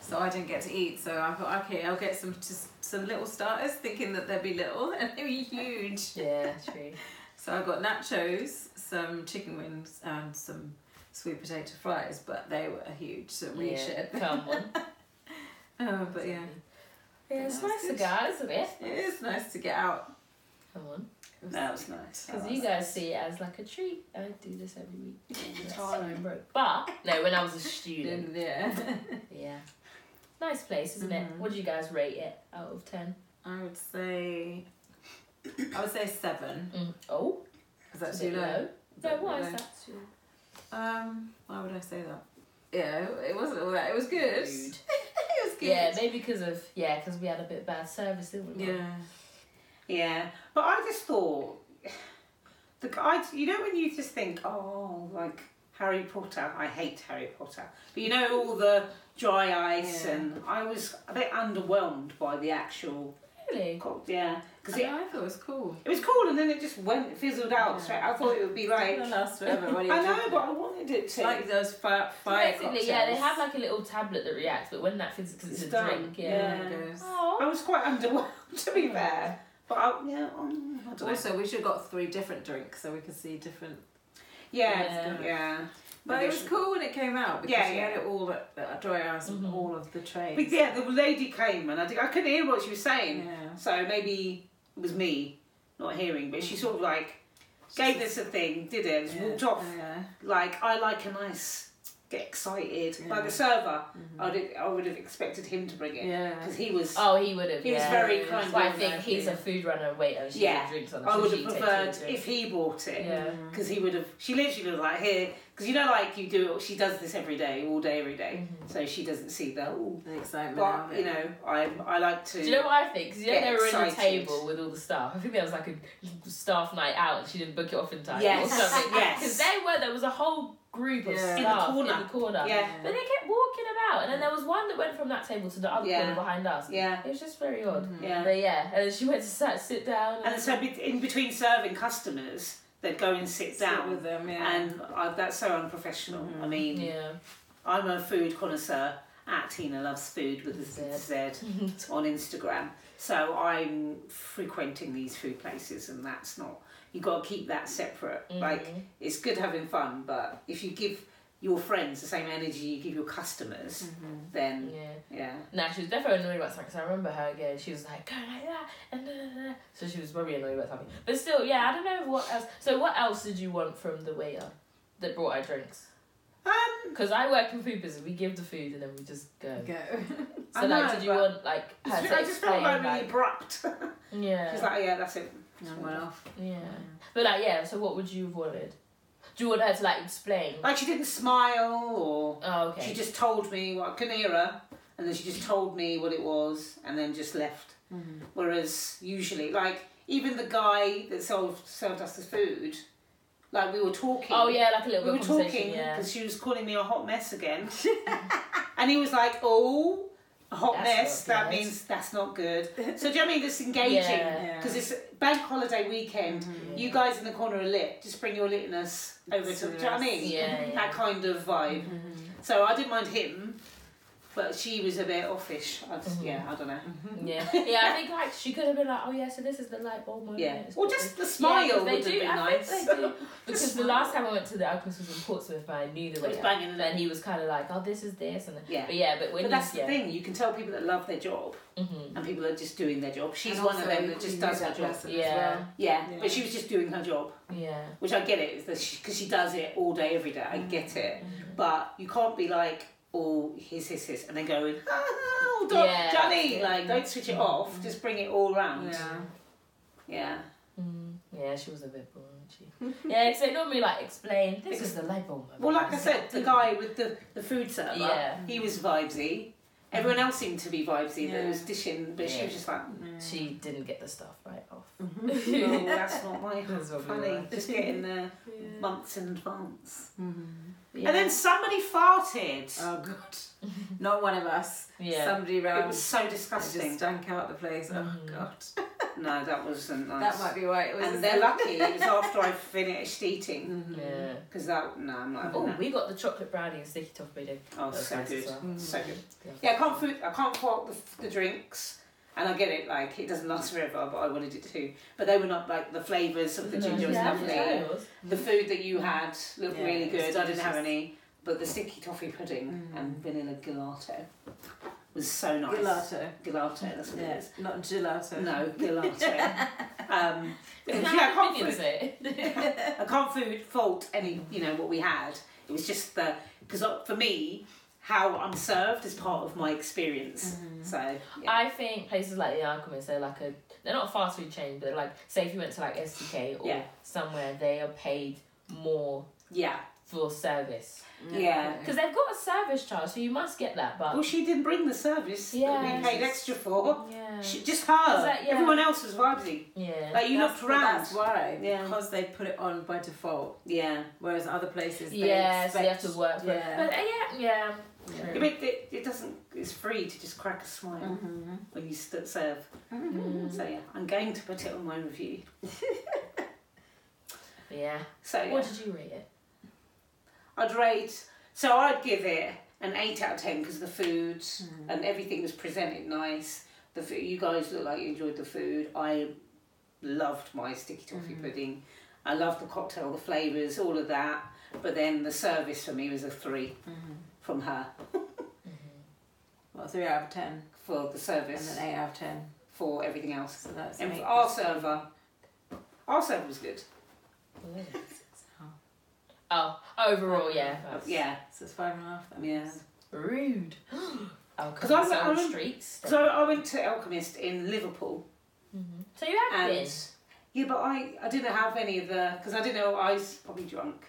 so I didn't get to eat. So I thought, okay, I'll get (laughs) some just some little starters, thinking that they'd be little, and they were huge. (laughs) (laughs) Yeah, true. So I got nachos, some chicken wings, and some sweet potato fries, but they were huge, so we shared. (laughs) them. Come on. Oh, but yeah, Yeah, it's That was nice to good. go, isn't it? it is nice to get out. Come on. That was nice. Because you guys see it as like a treat. I do this every (laughs) week. That's Oh, when I'm broke. But, no, when I was a (laughs) student. In there. Yeah. Nice place, isn't Mm-hmm. it? What do you guys rate it out of 10? I would say, I would say seven. Oh, Is that it's a too bit Mm. low? No, Bit why low. is that too Um, why would I say that? Yeah, it wasn't all that. It was good. Rude. (laughs) it was good. Yeah, maybe because of, yeah, because we had a bit bad service, didn't we? Yeah. Yeah, but I just thought (sighs) the I, you know when you just think, oh, like Harry Potter. I hate Harry Potter, but you know all the dry ice, Yeah. and I was a bit underwhelmed by the actual. Really? co- Yeah, because it, Yeah, I thought it was cool. it was cool, and then it just went fizzled out. Straight. I thought it would be like. Didn't I last forever. What do you know, think? but I wanted it to. like those fire, fire Basically, yeah, they have like a little tablet that reacts, but when that fizz, because it's, It's a done, drink, yeah. yeah. I Oh, was quite underwhelmed, (laughs) to be Hmm. fair. But I, yeah, um, I don't know. Also, we should have got three different drinks so we could see different. Yeah, yeah. Yeah. But it was cool when it came out because Yeah, you yeah. had it all at, at Dry House and all of the Mm-hmm. But trays. yeah, the lady came and I, think- I couldn't hear what she was saying. Yeah. So maybe it was me not hearing, but Mm. she sort of like gave us a thing, did it, and just walked off. Yeah. Like, I like a nice, get excited. Like the server, I'd, I would have expected him to bring it. Yeah. Because he was, Mm-hmm. oh, he would have. he yeah. was very kind. That's why I and think nice, he's yeah. a food runner and waiter. She Yeah. drinks on it, I so would she have takes all the preferred drinks. if he bought it. Yeah. Because he would have, she literally was like, here, because you know, like you do, she does this every day, all day, every day. Mm-hmm. So she doesn't see the, "Ooh." The excitement. of But, it. you know, I, I like to. Do you know what I think? 'Cause you know Get they were in the excited. table with all the staff. I think there was like a staff night out and she didn't book it off in time Yes, or something. (laughs) yes. Because they were, there was a whole group of Yeah. In the staff corner. in the corner. Yeah. But they kept walking about and then there was one that went from that table to the other Yeah. corner behind us. Yeah. Mm-hmm. It was just very odd. Yeah. But yeah, and then she went to sat, sit down and, And so be- in between serving customers, they'd go and sit, Sit down. with them, yeah. And I, that's so unprofessional. I mean, Mm-hmm. yeah. I'm a food connoisseur at Tina Loves Food with a (laughs) Z, on Instagram. So I'm frequenting these food places, and that's not. You've got to keep that separate. Mm-hmm. Like, it's good having fun, but if you give your friends the same energy you give your customers, then Mm-hmm. Yeah. yeah. Nah, she was definitely annoyed about something 'cause I remember her again. She was like, go like that, and da, da, da. so she was probably annoyed about something. But still, yeah, I don't know what else. So, what else did you want from the waiter that brought our drinks? Um, Because I work in food business, we give the food and then we just go. (laughs) Go. So, I like, know, did you but- want like her I to just felt explain? like Like, really abrupt. (laughs) yeah, She's like, yeah, that's it. and went off. yeah. But like, yeah. So, what would you have wanted? Do you want her to like explain? Like she didn't smile or Oh, okay. she just told me what I couldn't hear her and then she just told me what it was and then just left. Mm-hmm. Whereas usually like even the guy that served served us the food, like we were talking. oh yeah, like a little We were bit of conversation. talking yeah. because she was calling me a hot mess (laughs) again. and he was like, Oh, a hot That's mess, not that good." means that's not (laughs) good. So, do you know what I mean? This engaging. Yeah. Mm-hmm. Because it's bank holiday weekend, you guys in the corner are lit, just bring your litness over to, do you know what I mean? Yeah, yeah. Mm-hmm. That kind of vibe. So, I didn't mind him, but she was a bit offish. I Mm-hmm. just, Yeah, I don't know. (laughs) Yeah, yeah. I think like she could have been like, oh yeah, so this is the light bulb moment. Yeah. It's Or got just the Yeah, smile 'cause would have been I nice. think they (laughs) do. (laughs) Because the last time I went to the Alchemist was in Portsmouth, and I knew the was way. banging, and then he was kind of like, "Oh, this is this," and then, Yeah. but yeah, but when But you, that's the yeah. Mm-hmm. thing, you can tell people that love their job and people that are just doing their job. She's And one of also them you that just knew does her that job. person as Yeah. well. Yeah, Yeah. but she was just doing her job, yeah, which I get it, because she, 'cause she does it all day, every day. I get it, Mm-hmm. but you can't be like, oh, his, his, his, and then going, oh, do Yeah, Johnny, that's it. Mm-hmm. like don't switch it off, just bring it all round. Yeah. yeah. mm, yeah, she was a bit boring, (laughs) wasn't she? yeah, so normally like explain this is the light bulb moment. Well, like I said, the guy with the, the food server, Yeah. he was vibesy. Everyone else seemed to be vibesy that Yeah. was dishing, but she Yeah. was just like, (laughs) she didn't get the stuff right off. no, that's not my That's what we funny. like. Just getting (laughs) there months in advance. Yeah. And then somebody farted. Oh god. Not one of us. Yeah. Somebody It round was so just disgusting. stank out the place. Oh god. No, that wasn't nice. That might be why it was. And they're lucky it was after I finished eating yeah. because that no, I'm not. Mm-hmm. Oh, having that. we Mm-hmm. got the chocolate brownie and sticky toffee pudding. oh That was so nice as good, well. so good. Yeah, I can't food, I can't fault the, the drinks. And I get it, like it doesn't last forever, but I wanted it too. But they were not like the flavours of the ginger was Yeah, lovely. yeah, it was. The food that you had looked Yeah, really it was good. I didn't have delicious. any, but the sticky toffee pudding and vanilla gelato was so nice. Gelato. Gelato, that's what it Yeah, is. not gelato. No, (laughs) gelato. um, Isn't yeah, that I how can't opinions fault- it? I can't food fault any, you know, what we had. It was just the because for me, how I'm served is part of my experience. Mm-hmm. Uh, So (laughs) yeah. I think places like the Alchemist, they're like a they're not a fast food chain, but like say if you went to like SDK or Yeah. somewhere, they are paid more yeah, for service yeah. because they've got a service charge, so you must get that. But Well, she didn't bring the service that Yeah. we paid extra for. yeah, She, just her. that- yeah. Everyone else was vibey. yeah, Like you That's- looked round. That's why. Yeah. Because they put it on by default, Yeah. whereas other places they yeah. So expect you have to work. For Yeah. It. But uh, yeah, yeah. But it, it doesn't. It's free to just crack a smile Mm-hmm. when you st- serve. So yeah, I'm going to put it on my review. Yeah. So yeah. What did you rate it? I'd rate. So I'd give it an eight out of ten because the food Hmm. and everything was presented nice. The food, you guys look like you enjoyed the food. I loved my sticky toffee Hmm. pudding. I loved the cocktail, the flavors, all of that. But then the service for me was a 3 Hmm. from her Well, three out of ten, for the and service then eight out of ten. for everything else. So that's And eight. for our server, our server was good. Oh, overall, yeah. that's Yeah, So it's five and a half. Then. yeah. (gasps) Rude. Oh, because I I went- I on the went- streets. So I went to Alchemist in Liverpool. so you have been. and yeah, but I I didn't have any of the because I didn't know I was probably drunk.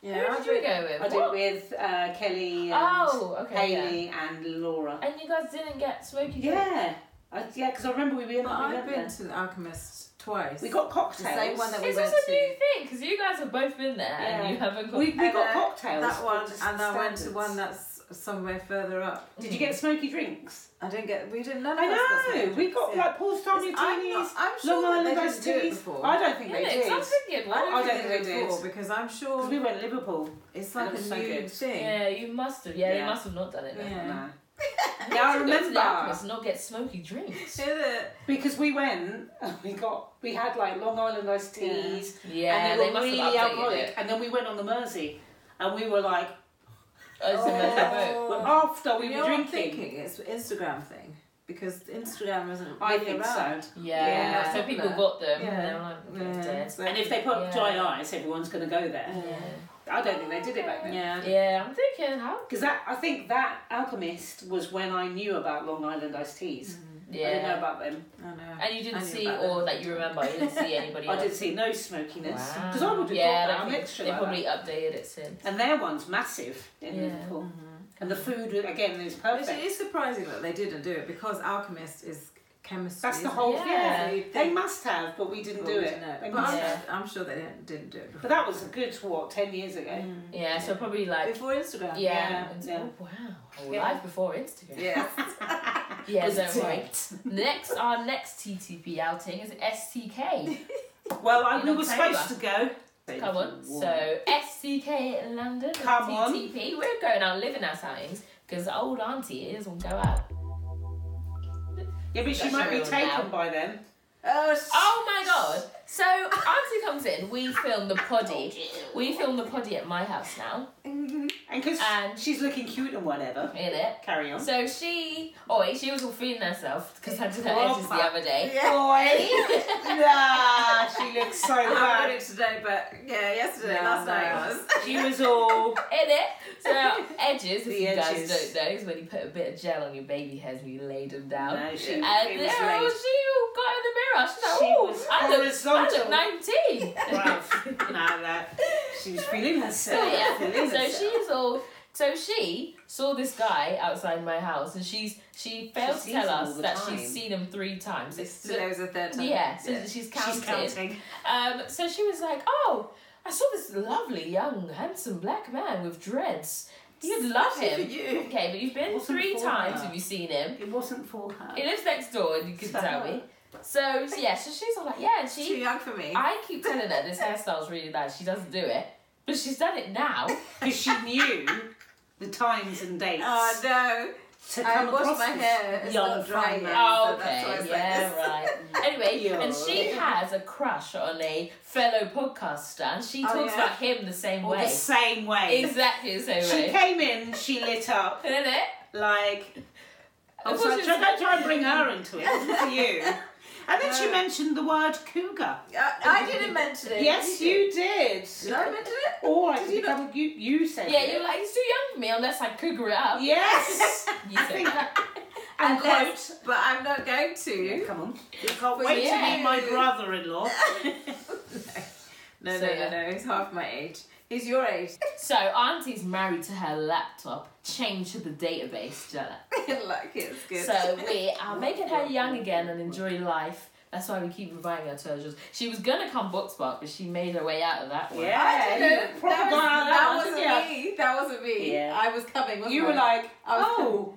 Yeah. Who did you go with? I did What? with uh, Kelly and Oh, okay. yeah. Haley and Laura. And you guys didn't get smoky drink? yeah, I, yeah, because I remember we were in But that I've event been there. to the Alchemist twice. We got the cocktails. same one that we It's went also a to. new thing because you guys have both been there Yeah. and you haven't got. we we And, got uh, cocktails. That one, just and I went to standards. one that's somewhere further up. Did you get smoky drinks? I didn't get. We didn't. None of I us got know. smoke We drinks, got yeah. like Paul Star It's- I'm, martinis, not, I'm sure Long Island that they iced didn't do it teas. before. I don't think Yeah, they it's did. I'm thinking. I Why don't, don't I you? don't think they did before because (laughs) I'm 'Cause we sure went to Liverpool. and it's like it a was so new good. thing. Yeah, you must have. Yeah, Yeah. you must have not done it. Then. Yeah. (laughs) Nah. Now I You go to the remember. Alchemist and not get smoky (laughs) drinks. Did it? Because we went, and we got, we had like Long Island iced teas, Yeah, and they were must really have updated alcoholic. it. And then we went on the Mersey, and we were like, Oh, it's a mega boat. well, after we you were know what I'm drinking. thinking? It's an Instagram thing because Instagram isn't. I really think around. so. Yeah, Yeah. so people got them. Yeah. And they were like, okay, Yeah. it's dead. So- And if they put Yeah. dry ice, everyone's going to go there. yeah. I don't think they did it back then. yeah. Yeah, I'm thinking how. Because that, I think that Alchemist was when I knew about Long Island iced teas. I didn't know Yeah. about them. I know. And you I didn't knew see, about that. or that you remember, you didn't see anybody. (laughs) I else. did see no smokiness. Wow. Because I would have yeah, thought that they I'm prob- extra. They like probably that. updated it since. And their one's massive in Yeah. Mm-hmm. Liverpool. And the food, again, is perfect. Which it is surprising that they didn't do it because Alchemist is chemistry. That's the isn't whole Yeah. it? yeah. They- They must have, but we didn't Well, do we it. don't know. They But must Yeah. have. I'm, I'm sure they didn't, didn't do it But before. that was a good what ten years ago. Yeah, so probably like before Instagram. yeah. Yeah, and- yeah. Oh, wow, Oh, Yeah. life before Instagram. Yeah. (laughs) Yeah, don't worry. (laughs) Next, our next TTP outing is STK. Well, I, In we were October. supposed to go. Come (laughs) on, so STK in London. Come on. TTP. We're going out living our outings because old auntie is won't go out. yeah, but she That's might be real taken now. by then. oh, sh- Oh my god! So Auntie comes in, we film the (laughs) poddy. We film the poddy at my house now, And because And- she's looking cute and whatever. in it. Carry on. So she, oh wait, she was all feeding herself because I did her Proper. edges the other day. Boy, (laughs) nah, she looks so I haven't bad. done it today, but yeah, yesterday, No, last night no. I was. She (laughs) was all In it. So edges, if The you edges. guys don't know, is when you put a bit of gel on your baby hairs and you laid them down. No, she- and it was there laid. she all got in the mirror. She's like, She oh, was I look, I look horizontal." (laughs) 19. rough. nah, that she was feeling herself. (laughs) So yeah, feeling so herself. she's all. So she saw this guy outside my house, and she's she failed to sees tell him all us the that time. she's seen him three times. (laughs) Yesterday was the third time. yeah, so she's counted. She's counting. Um, so she was like, "Oh, I saw this lovely, young, handsome black man with dreads. You'd love Especially him." for you. Okay, but you've been Wasn't three for times. her. Have you seen him? It wasn't for her. He lives next door, and you can For tell her. me. So yeah, so she's all like, "Yeah," and Too she. young for me. I keep telling (laughs) her this hairstyle's really nice. She doesn't do it, but she's done it now. because she knew the times and dates Oh no. to I come across washed my this. hair. It's young not dry farmer. yet. Oh, so that's why okay. it's like Yeah, this. right. (laughs) Anyway, Yeah. and she has a crush on a fellow podcaster, and she Oh, talks yeah. about him the same Or way. the same way. Exactly the same She way. came in, she lit up, Isn't it? like, I was course like, it's- don't try and bring her into it, it's for (laughs) you. And then she mentioned the word cougar. Uh, I didn't mention it. Yes, did. you did. Did I mention it? Or I Did think you not- that- you, you said Yeah, it. you're like, he's too young for me unless I cougar it up. (laughs) Yes! You said that. and quote. Unless- But I'm not going to. Come on. You can't wait to yeah. meet my brother in (laughs) law. No, So, no, yeah. no, no. He's half my age. He's your age. (laughs) So Auntie's married to her laptop, changed to the database, Jella. like it's good. So we (laughs) are making her young again and enjoy life. That's why we keep inviting her to her shows. She was gonna come Booksmart, but she made her way out of that one. Yeah. I don't know. you That, was, proper gone out of that that, wasn't yeah. me. That wasn't me. Yeah. I was coming. Wasn't You I? were like, I was coming. oh,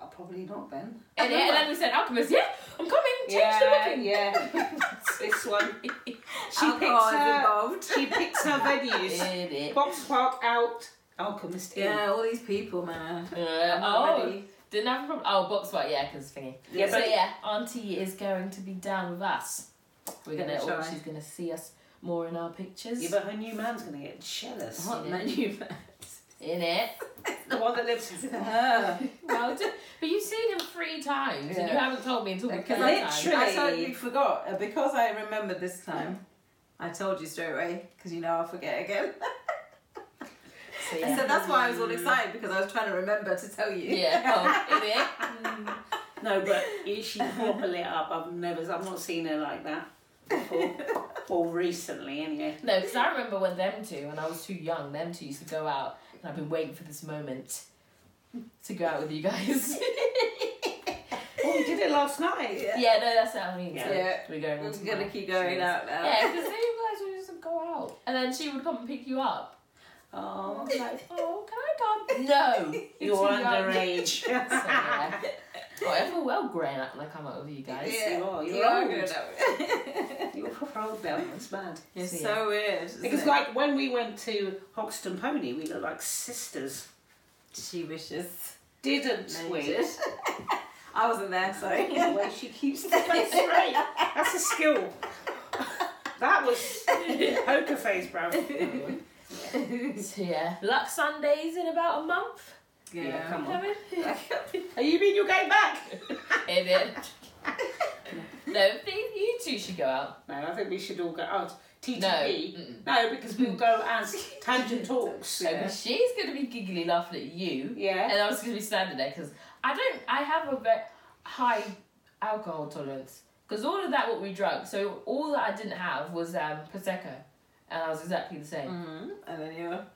uh, probably not then. And, yeah, and then we said, Alchemist, yeah, I'm coming, change the booking. yeah. (laughs) this one. She alcohol picks is her. involved. She picks her venues. Did (laughs) it. Uh, Box Park out. Alchemist in. Yeah, all these people, man. Uh, I'm not oh, ready. didn't have a problem. Oh, box right, yeah, because thingy. Yeah, so but- yeah, Auntie is going to be down with us. We're gonna, Yeah, or sure. she's gonna see us more in our pictures. Yeah, but her new man's gonna get jealous. What Yeah. menu? In it. The one that lives with her. (laughs) Well, d- but you've seen him three times, and you Yeah. haven't told me until the Because third I, time. I Literally. totally forgot. And Because I remembered this time, I told you straight away because you know I'll forget again. So, And so yeah. that's why I was all excited because I was trying to remember to tell you. (laughs) yeah. Oh, in it. No, but i- she proper lit up. I've never, I've not seen her like that (laughs) before. or recently, anyway. No, because I remember when them two, when I was too young, them two used to go out, and I've been waiting for this moment to go out with you (laughs) guys. Oh, we did it last night. yeah, no, that's what I mean. So Yeah. We're going. We're on tomorrow. gonna keep going Cheers. out now. Yeah, (laughs) because they guys would just go out, and then she would come and pick you up. I Oh, was like, oh, can I (laughs) come? No, you're too young. underage. So, yeah. (laughs) Oh, I feel well grown up when I come out with you guys. Yeah. You are, you're old. good at it. You're proper old now. It's mad. You're So, so weird. isn't Because it? like when we went to Hoxton Pony, we looked like sisters, she wishes. didn't No, you we? did. I wasn't there, (laughs) sorry. the way she keeps the face straight. That's a skill. That was poker face, bro. So, yeah. (laughs) Luck Sundays in about a month. Yeah, Yeah. come on. Coming. Are you mean you're going back? In it. No, I think you two should go out. No, I think we should all go Oh, out. No. TTP. Mm-mm. E. No, because we'll go as tangent (laughs) talks. No, Oh, 'cause she's gonna be giggly laughing at you, Yeah. and I was gonna be standing there because I don't. I have a very high alcohol tolerance because all of that what we drank. So all that I didn't have was um prosecco, and I was exactly the same. And then you're.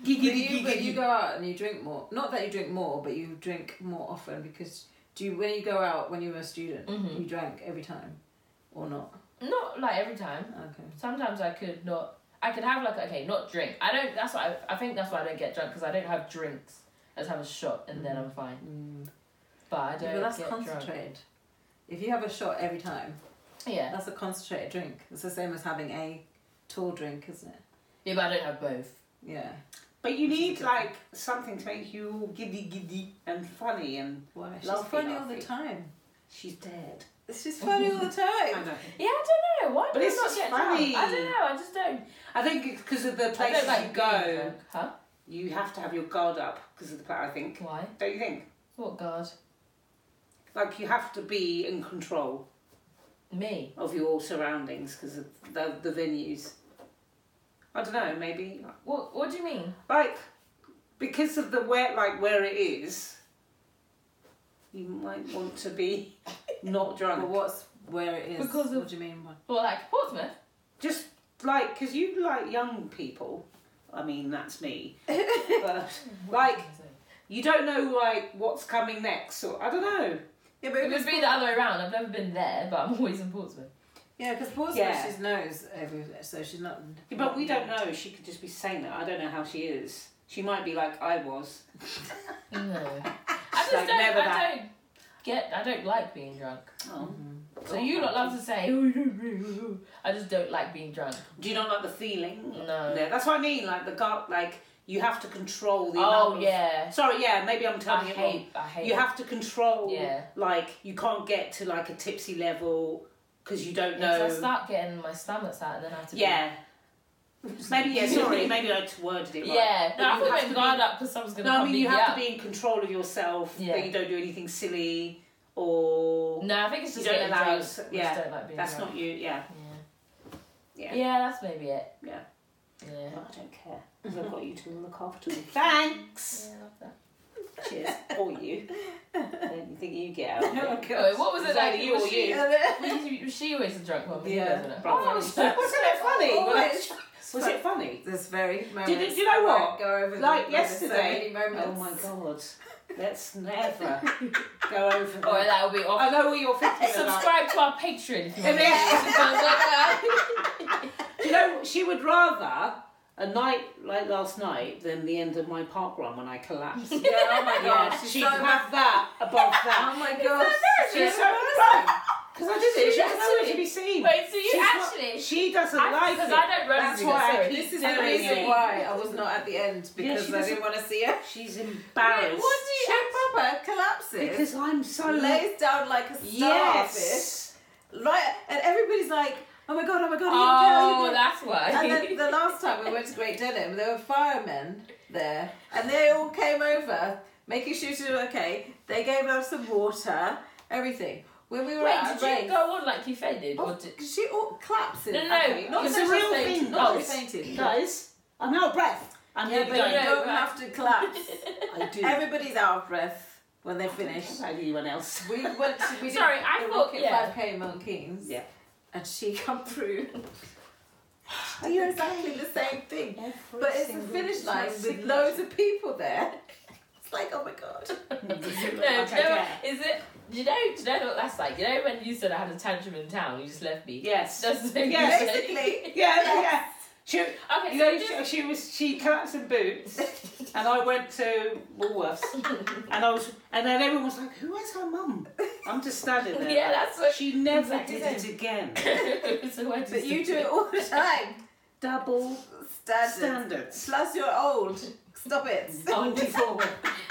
But Giggity, you, but you giggity. go out and you drink more. Not that you drink more, but you drink more often because do you, when you go out when you were a student, you drank every time, or not? Not like every time. Okay. Sometimes I could not. I could have like okay, not drink. I don't. That's why I, I think that's why I don't get drunk because I don't have drinks. I just have a shot and then I'm fine. Mm-hmm. Mm, But I don't Yeah, but that's get drunk. concentrated. If you have a shot every time, Yeah, that's a concentrated drink. It's the same as having a tall drink, isn't it? yeah, but I don't have both. Yeah. But you need like something to make you all giddy giddy and funny and Why? She's Lovely, funny all lovely. the time. she's dead. She's funny all (laughs) the I time. know. Yeah, I don't know. Why But do I it's not just get funny. drunk? I don't know. I just don't. I think it's because of the I places don't like you being go, drunk. Huh? you have to have your guard up because of the pla I think. Why? Don't you think? What guard? Like you have to be in control Me. of your surroundings because of the, the venues. I don't know, maybe What? What do you mean? like because of the where like where it is. You might want to be (laughs) not drunk. But what's where it is? Because of- what do you mean? What? Well, like Portsmouth. just like because you like young people i mean that's me but like you don't know like what's coming next or i don't know Yeah, but It must be the other way around. I've never been there, but I'm (laughs) always in (laughs) Portsmouth. Yeah, because Portsmouth Yeah. she knows everywhere, so she's not. Yeah, but we don't know she could just be saying that i don't know how she is she might be like i was No. I just Like, don't. never I that. don't get. I don't like being drunk. oh. So you lot love to say, "Oh, you don't really- I just don't like being drunk. do you not like the feeling No. that's what i mean like the gut like you have to control the Oh, amount of- yeah. Sorry, yeah, maybe I'm I telling it wrong. hate, I hate you it. have to control Yeah. like you can't get to like a tipsy level because you don't Yeah, 'cause know I start getting my stomach's out and then I have to. be- yeah maybe yeah sorry maybe i just warded it right. Yeah. But No, I you put have my to guard be- up because someone's gonna. no i come mean you beat have up. to be in control of yourself Yeah. that you don't do anything silly or No, I think it's you just don't getting allow drunk. yourse- I just yeah, don't like being that's drunk. not you yeah Yeah. Yeah. yeah, that's maybe it. Yeah. Yeah. Well, i don't care 'cause i've got you to look after me Mm-hmm. thanks Yeah, I love that. cheers or you anything you get out of it. Anyway, Oh, what was it Exactly, like? you was or she, (laughs) you. was she- was she always a drunk one? when you guys were Right. there? wasn't it Oh, funny was it, was it funny This very moment. Did- do you know I what? won't Go over the- Like there's yesterday. So many Oh moments. my god. Let's (laughs) never go over Oh, that. that'll be I (laughs) off. know what you're thinking about. Subscribe to our Patreon (laughs) if you want. Do you know, she would rather a night like last night than the end of my park run when I collapsed. Yeah, oh my (laughs) Yeah, gosh. she's she'd so have that above that. Oh my gosh. She's so right. Because I did it. She doesn't want to be seen. Wait, so you She's not- actually? she doesn't like Because it. I don't run That's with you, why I sorry. keep This is the telling reason you. why I was not at the end Yeah, because she I doesn't- didn't want to see her. She's embarrassed. Wait, what She proper collapses. Because I'm so lays down like a starfish. Yes. Right, and everybody's like, oh my god, oh my god, are you Oh, okay? Are you okay? that's why. (laughs) And then the last time we went to Great Denham, there were firemen there, and they all came over, making sure she was okay. They gave her some water, everything. When we were Wait, at did you Ray- go on like you fainted? Or Oh, did... she all collapsed. No, no, no. Okay, not It's that a she real fainted, thing. Not Oh, she fainted. Guys, I'm out of breath. I'm Yeah, gonna but go. you don't right. have (laughs) to collapse. I do. Everybody's out of breath when they finish. Like anyone else. We went to we did Sorry, I the thought- Rocket yeah. 5K Monkeys. Yeah. And she (laughs) come through. (laughs) You're exactly the same thing. but it's the finish line with loads of people there. (laughs) It's like, oh my god. (laughs) (laughs) No, do you know what- is it? Do you know? Do you know what that's like? You know when you said I had a tantrum in town, you just left me. Yes. (laughs) Yeah, That's so Yes. Basically. yeah. She, Okay, (laughs) you so know, just- she, she was she collapsed in boots, and I went to Woolworths, and I was, and then everyone was like, "Who is her mum?" I'm just standing there. Yeah, that's what- she never exactly did it again. (laughs) so I just But you do it all the time. Double Standards. standards. Plus you're old. Stop it. (laughs) Twenty-four.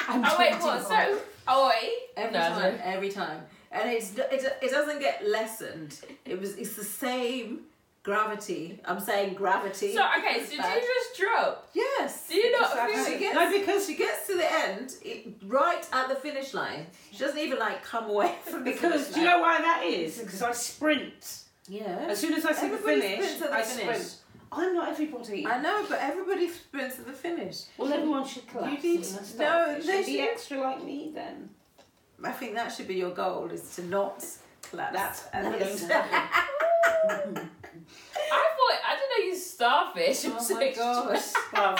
I'm Oh wait, what? 24. So, oh wait. Every No, time, every time, and it's it, it doesn't get lessened. It was it's the same gravity. I'm saying gravity. So okay, so did Bad. you just drop? Yes. Do you not Exactly. feel She it? gets, No, because she gets to the end, it, right at the finish line. She doesn't even like come away (laughs) from the Because finish do you line. know why that is? Because I sprint. Yeah. As soon as I see the Everybody finish, sprints at the I finish. sprint. I'm not everybody. I know, but everybody sprints to the finish. Well, everyone should collapse. need and to- stuff. no, It they should be should- extra like me then. I think that should be your goal: is to not collapse. (laughs) That's at not the going to end. happen. I thought I didn't know you starfish. (laughs) Oh my gosh! Love.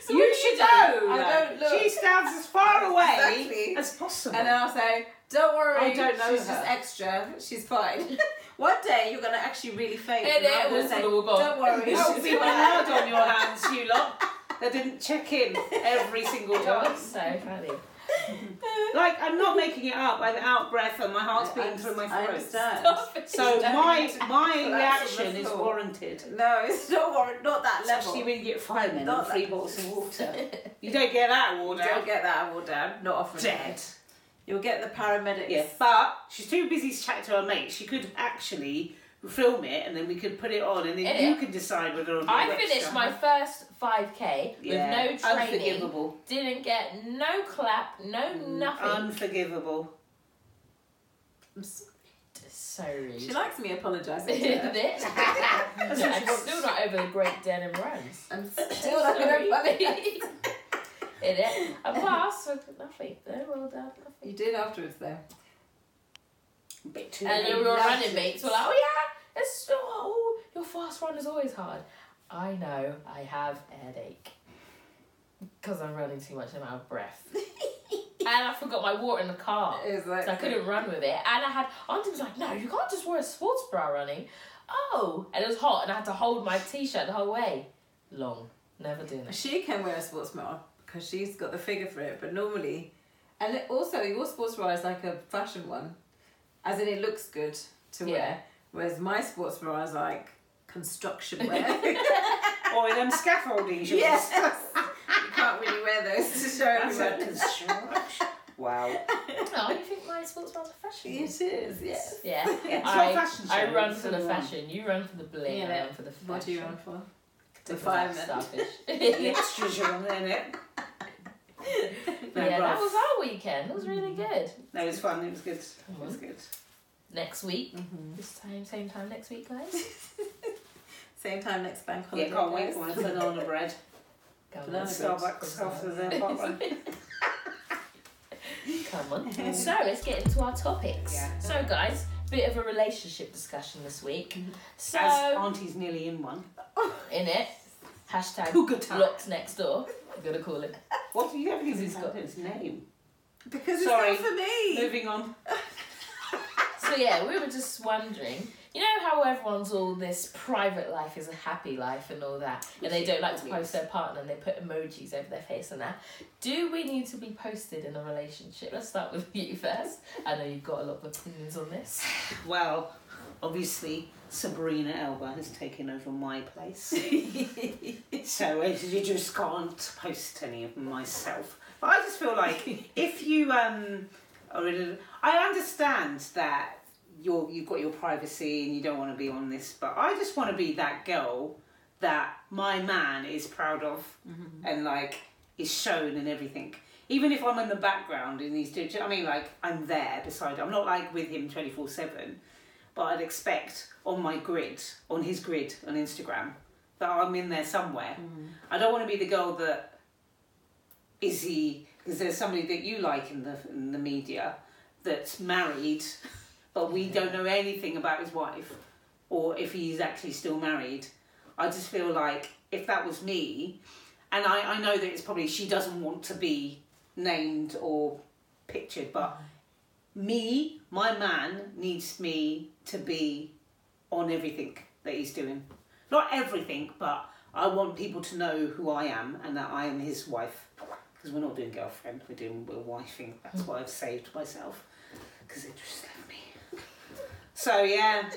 So what do do? I don't look. She stands as (laughs) far away Exactly. as possible. And uh, then I'll say, don't worry, I don't know she's her." just extra, she's fine. (laughs) One day you're going to actually really faint. And I'm it gonna will say, all go. Don't worry. that she's would be Oh, blood on (laughs) your hands, you lot. That didn't check in every (laughs) single Oh, time. that's so funny. Like I'm not making it up. I'm out breath and my heart's beating through my I throat. understand. Starfish. So my my collapse on reaction the is floor. warranted. No, it's not, war- not that level. Especially when you get firemen and Not three that- bottles of water. (laughs) (laughs) You don't get that water. don't get that all down. Not often. Dead. You'll get the paramedics. Yeah, but she's too busy to chat to her mate. She could actually film it and then we could put it on and then Edit. you can decide whether or not I you're finished extra. my first 5k Yeah, with no training. Unforgivable. Didn't get no clap, no nothing. Unforgivable. so rude. (laughs) She likes me apologising. to Isn't (laughs) her. it? I'm still not over the great denim runs. I'm still not going Sorry. to In (laughs) it, I passed with nothing. No well done, nothing. You did afterwards, though. Bit too And then we late. were running mates. We're like, oh yeah, it's so, oh, your fast run is always hard. I know. I have a headache because I'm running too much. I'm out of breath, and I forgot my water in the car. So I Exactly. couldn't run with it. And I had Auntie was like, No, you can't just wear a sports bra running. Oh and it was hot and I had to hold my t shirt the whole way. Long. Never doing (laughs) that. She can wear a sports bra because she's got the figure for it. But normally, and it- also your sports bra is like a fashion one, as in it looks good to Yeah. wear. Whereas my sports bra is like construction wear. (laughs) Or them scaffoldings. yours. yes, You can't really wear those to show everyone. Construction. Wow. (laughs) Oh, you think my sports bras are fashion? It is, yes. Yeah. It's I, not fashion I show, run it's for the a- fashion. You run for the bling. I Yeah. run for the fashion. What do you run for? The Because I'm fireman. Selfish. The extras are on in it. No, yeah, that rough. was our weekend. It was really good. no, it was fun. It was good. It was good. Next week, this time, same time next week, guys. Same time next bank Yeah, Oh, holiday. can't wait guys. for my (laughs) (laughs) banana bread. Come And Starbucks after the hot one. Come (laughs) on. so let's get into our topics. Yeah. So guys, bit of a relationship discussion this week. So Mm-hmm. As Auntie's nearly in one. in it, hashtag Cougar time. locks next (laughs) door. I'm gonna call it. What do you ever He's use got- his name? Because it's Sorry. not for me. Moving on. So yeah, we were just wondering. You know how everyone's all this private life is a happy life and all that, and they don't like to post their partner and they put emojis over their face and that. Do we need to be posted in a relationship? Let's start with (laughs) you first. I know you've got a lot of opinions on this. Well, obviously Sabrina Elba has taken over (laughs) my place, so uh, you just can't post any of myself. But I just feel like if you um, are in a, I understand that you're you've got your privacy and you don't want to be on this, but I just want to be that girl that my man is proud of and like is shown and everything. Even if I'm in the background and he's doing, do you know what I mean, like I'm there beside. I'm not like with him twenty four seven, but I'd expect on my grid, on his grid on Instagram, that I'm in there somewhere. I don't want to be the girl that is he because there's somebody that you like in the in the media that's married, but we don't know anything about his wife or if he's actually still married. I just feel like if that was me, and I, I know that it's probably she doesn't want to be named or pictured, but me, my man, needs me to be on everything that he's doing. Not everything, but I want people to know who I am and that I am his wife. Because we're not doing girlfriend, we're doing we're wifing. That's why I've saved myself. Because it just left me. So yeah,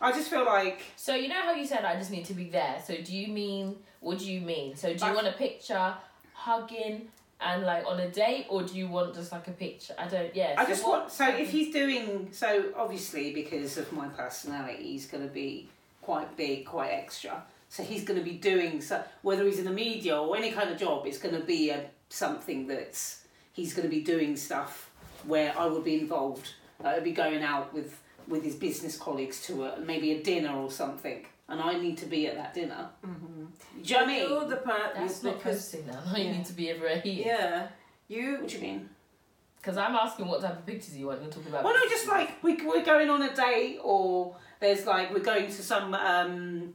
I just feel like So you know how you said I just need to be there. So do you mean what do you mean? So do you want a picture hugging and like on a date, or do you want just like a picture? I don't. Yeah. I so just what- want. So if he's doing so, obviously because of my personality, he's going to be quite big, quite extra. So he's going to be doing so. Whether he's in the media or any kind of job, it's going to be a, something that's he's going to be doing stuff where I would be involved. Like I'd be going out with with his business colleagues to a, maybe a dinner or something, and I need to be at that dinner. Mm-hmm. Do you know what I You're mean? the part That's not because posting that. (laughs) You yeah. need to be everywhere here. yeah, you What do you mean? Because I'm asking what type of pictures you want. You're talking about. Well, no, just like we, we're going on a date, or there's like we're going to some um,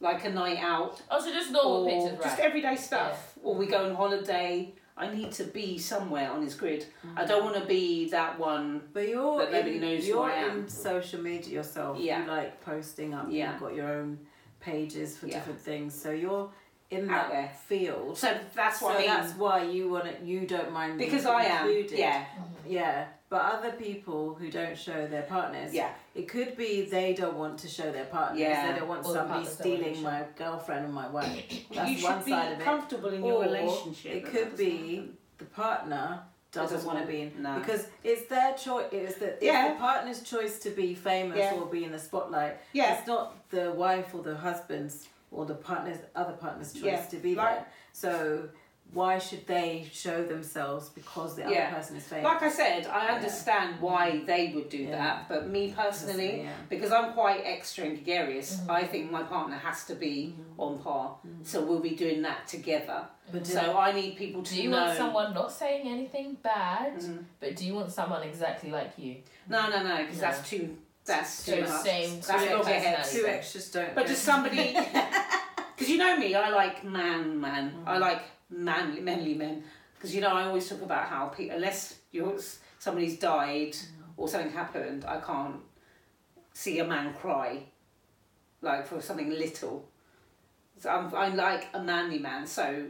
like a night out, Oh, so just normal or pictures, right? just everyday stuff, or we go on holiday. I need to be somewhere on his grid. Mm. I don't want to be that one. But you're That nobody in, knows who you're I am. in social media yourself. Yeah. You like posting up. Yeah. You've got your own pages for Yeah. different things. So you're in Out that there. field. So that's so what I mean. that's why you want it. You don't mind being because I am. included. Yeah, Mm-hmm. Yeah. But other people who don't show their partners. yeah. It could be they don't want to show their partners. Yeah. They don't want Or the somebody partners don't want to stealing show. my girlfriend and my wife. (coughs) That's you should one be side of it. comfortable in your Or relationship. It and could that's be the partner doesn't, Doesn't want to want- be in no. because it's their choice. It's the it's Yeah. the partner's choice to be famous Yeah. or be in the spotlight. Yeah. It's not the wife or the husband's or the partner's other partner's choice Yeah. to be Like- there. So why should they show themselves because the other Yeah. person is famous? Like I said, I understand why Mm. they would do Yeah. that, but me personally, Personally, yeah. because I'm quite extra and gregarious, Mm. I think my partner has to be on par. So we'll be doing that together. But do- So I need people to do you know. want someone not saying anything bad, Mm-hmm. but do you want someone exactly like you? No, no, no, because No. that's too. That's Too too much. same, That's too over personality. heads. two extras don't. But just somebody, because you know me, I like man, man. I like manly, manly men. Because you know, I always talk about how pe- unless you're s- somebody's died or something happened, I can't see a man cry, like for something little. So I'm, I'm like a manly man. So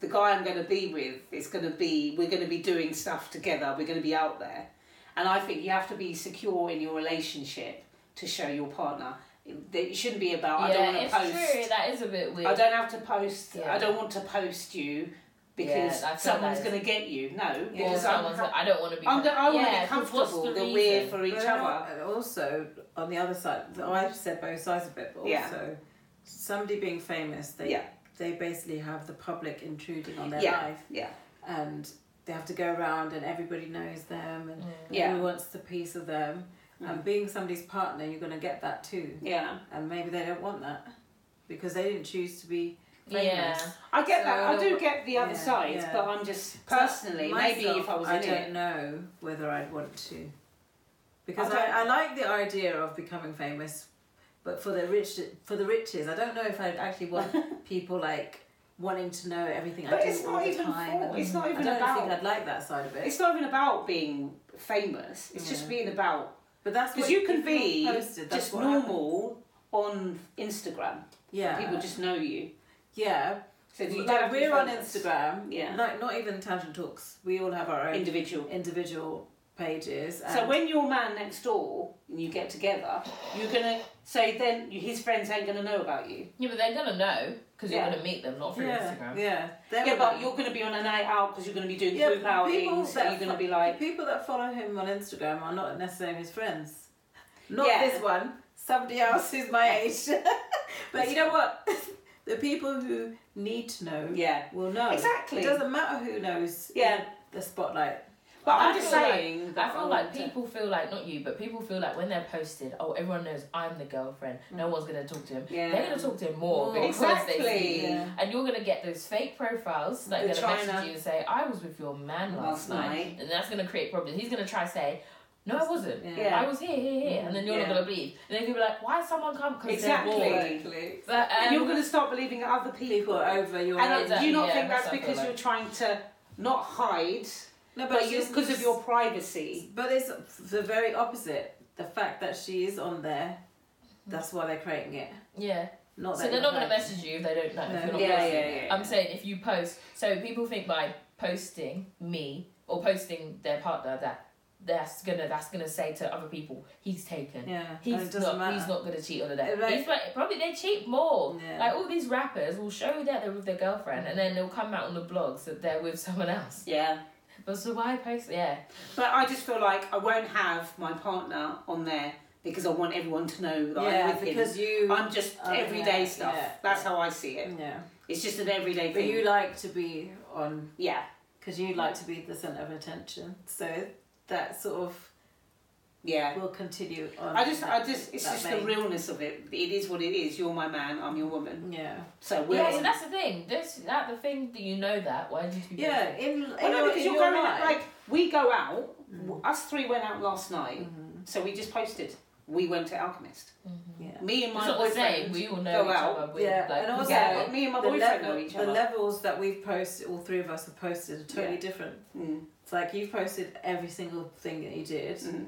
the guy I'm going to be with is going to be, we're going to be doing stuff together. We're going to be out there. And I think you have to be secure in your relationship to show your partner. That you shouldn't be about, I don't yeah, want to it's post. true. That is a bit weird. I don't have to post. Yeah. I don't want to post you because Yeah, I feel someone's that is- going to get you. No, Or because I'm, someone's like, I don't want to be. I'm, I want to Yeah, be 'cause what's comfortable the that we're reason? for each But other. al- Also, on the other side, so I said both sides of it, but also Yeah. somebody being famous, they Yeah. they basically have the public intruding on their Yeah. life, Yeah, and they have to go around, and everybody knows them, and Yeah. Mm. everyone wants a piece of them. And being somebody's partner, you're gonna get that too, yeah. and maybe they don't want that because they didn't choose to be famous. Yeah. I get that. I So- do get the other yeah, side, yeah. but I'm just personally, maybe Myself, if I was I in don't it, know whether I'd want to. Because I I, don't- I, like the idea of becoming famous, but for the rich for the riches, I don't know if I'd actually want (laughs) people like wanting to know everything But I do it's all not the even time. for- it's not I even don't about- think I'd like that side of it. it's not even about being famous. It's just being about but that's because what- you can if you're be posted, that's just what happens. normal on Instagram. Yeah, People just know you. yeah. So you don't Like have to be we're on famous. Instagram. Yeah. Like not even Tangent Talks. We all have our own Individual. individual pages. So and- when your man next door and you get together, you're gonna so then his friends ain't gonna know about you. Yeah, but they're gonna know because Yeah. you're gonna meet them, not through yeah, Instagram. yeah, Yeah, They're but like- you're gonna be on a night out because you're gonna be doing Yeah, group outings. that So you're gonna fo- be like, people that follow him on Instagram are not necessarily his friends. Not Yeah. this one. Somebody else who's my age. (laughs) but you know what? (laughs) the people who need to know yeah. will know. Exactly. It doesn't matter who knows. Yeah. The spotlight. But I I'm just feel like- saying. I that feel like want to- people feel like not you, but people feel like when they're posted, oh, everyone knows I'm the girlfriend. No one's gonna talk to him. Mm. Yeah. They're gonna talk to him more More. because they see Exactly. you. and you're gonna get those fake profiles that are The gonna China. message you and say, "I was with your man last, Last night. night. and that's gonna create problems. He's gonna try to say, "No, I wasn't. Yeah. I was here, here, here," and then you're Yeah. not gonna believe. And then you'll be like, "Why has someone come? Because Exactly. they're bored." Exactly. But, um, And you're gonna start believing other people. People over your and Exactly, do you not yeah, think that's that's what I feel because like. you're trying to not hide, No, but it's you just- because of your privacy? (laughs) But it's the very opposite. The fact that she is on there, Mm-hmm. that's why they're creating it. yeah. Oh, Not So that they're you're not gonna hiding. message you if they don't know. No. If you're not Yeah, posting. yeah, yeah, I'm yeah. saying if you post, so people think by posting me or posting their partner that that's gonna that's gonna say to other people he's taken. Yeah. and it He's doesn't not. matter. He's not gonna cheat on a date. It like- He's like probably they cheat more. Yeah. Like all these rappers will show that they're with their girlfriend, and then they'll come out on the blogs that they're with (laughs) someone else. Yeah. But so why post? Yeah, But I just feel like I won't have my partner on there because I want everyone to know that yeah, I'm with him. because you. I'm just Oh, everyday yeah, stuff. yeah. That's how I see it. yeah. It's just an everyday But thing. you like to be on, yeah, because you like to be the centre of attention. So that sort of yeah. will continue on. I just, I that- just, it's that just the vein. realness of it. It is what it is. You're my man. I'm your woman. Yeah. So we're. yeah. in- So that's the thing. This that the thing that you know that. Why did you? Yeah, in, in, Well, no, your- because in you're your going out, life. Mm. like we go out. w Us three went out last night, so we just posted. We went to Alchemist. Mm-hmm. Yeah. Me and It's my not the same. boyfriend. We all know go each out. other. We, yeah, like, and also yeah, me and my the, boyfriend level- know each the other. levels that we've posted, all three of us have posted, are totally Yeah. different. Mm. It's like you've posted every single thing that you did. Mhm.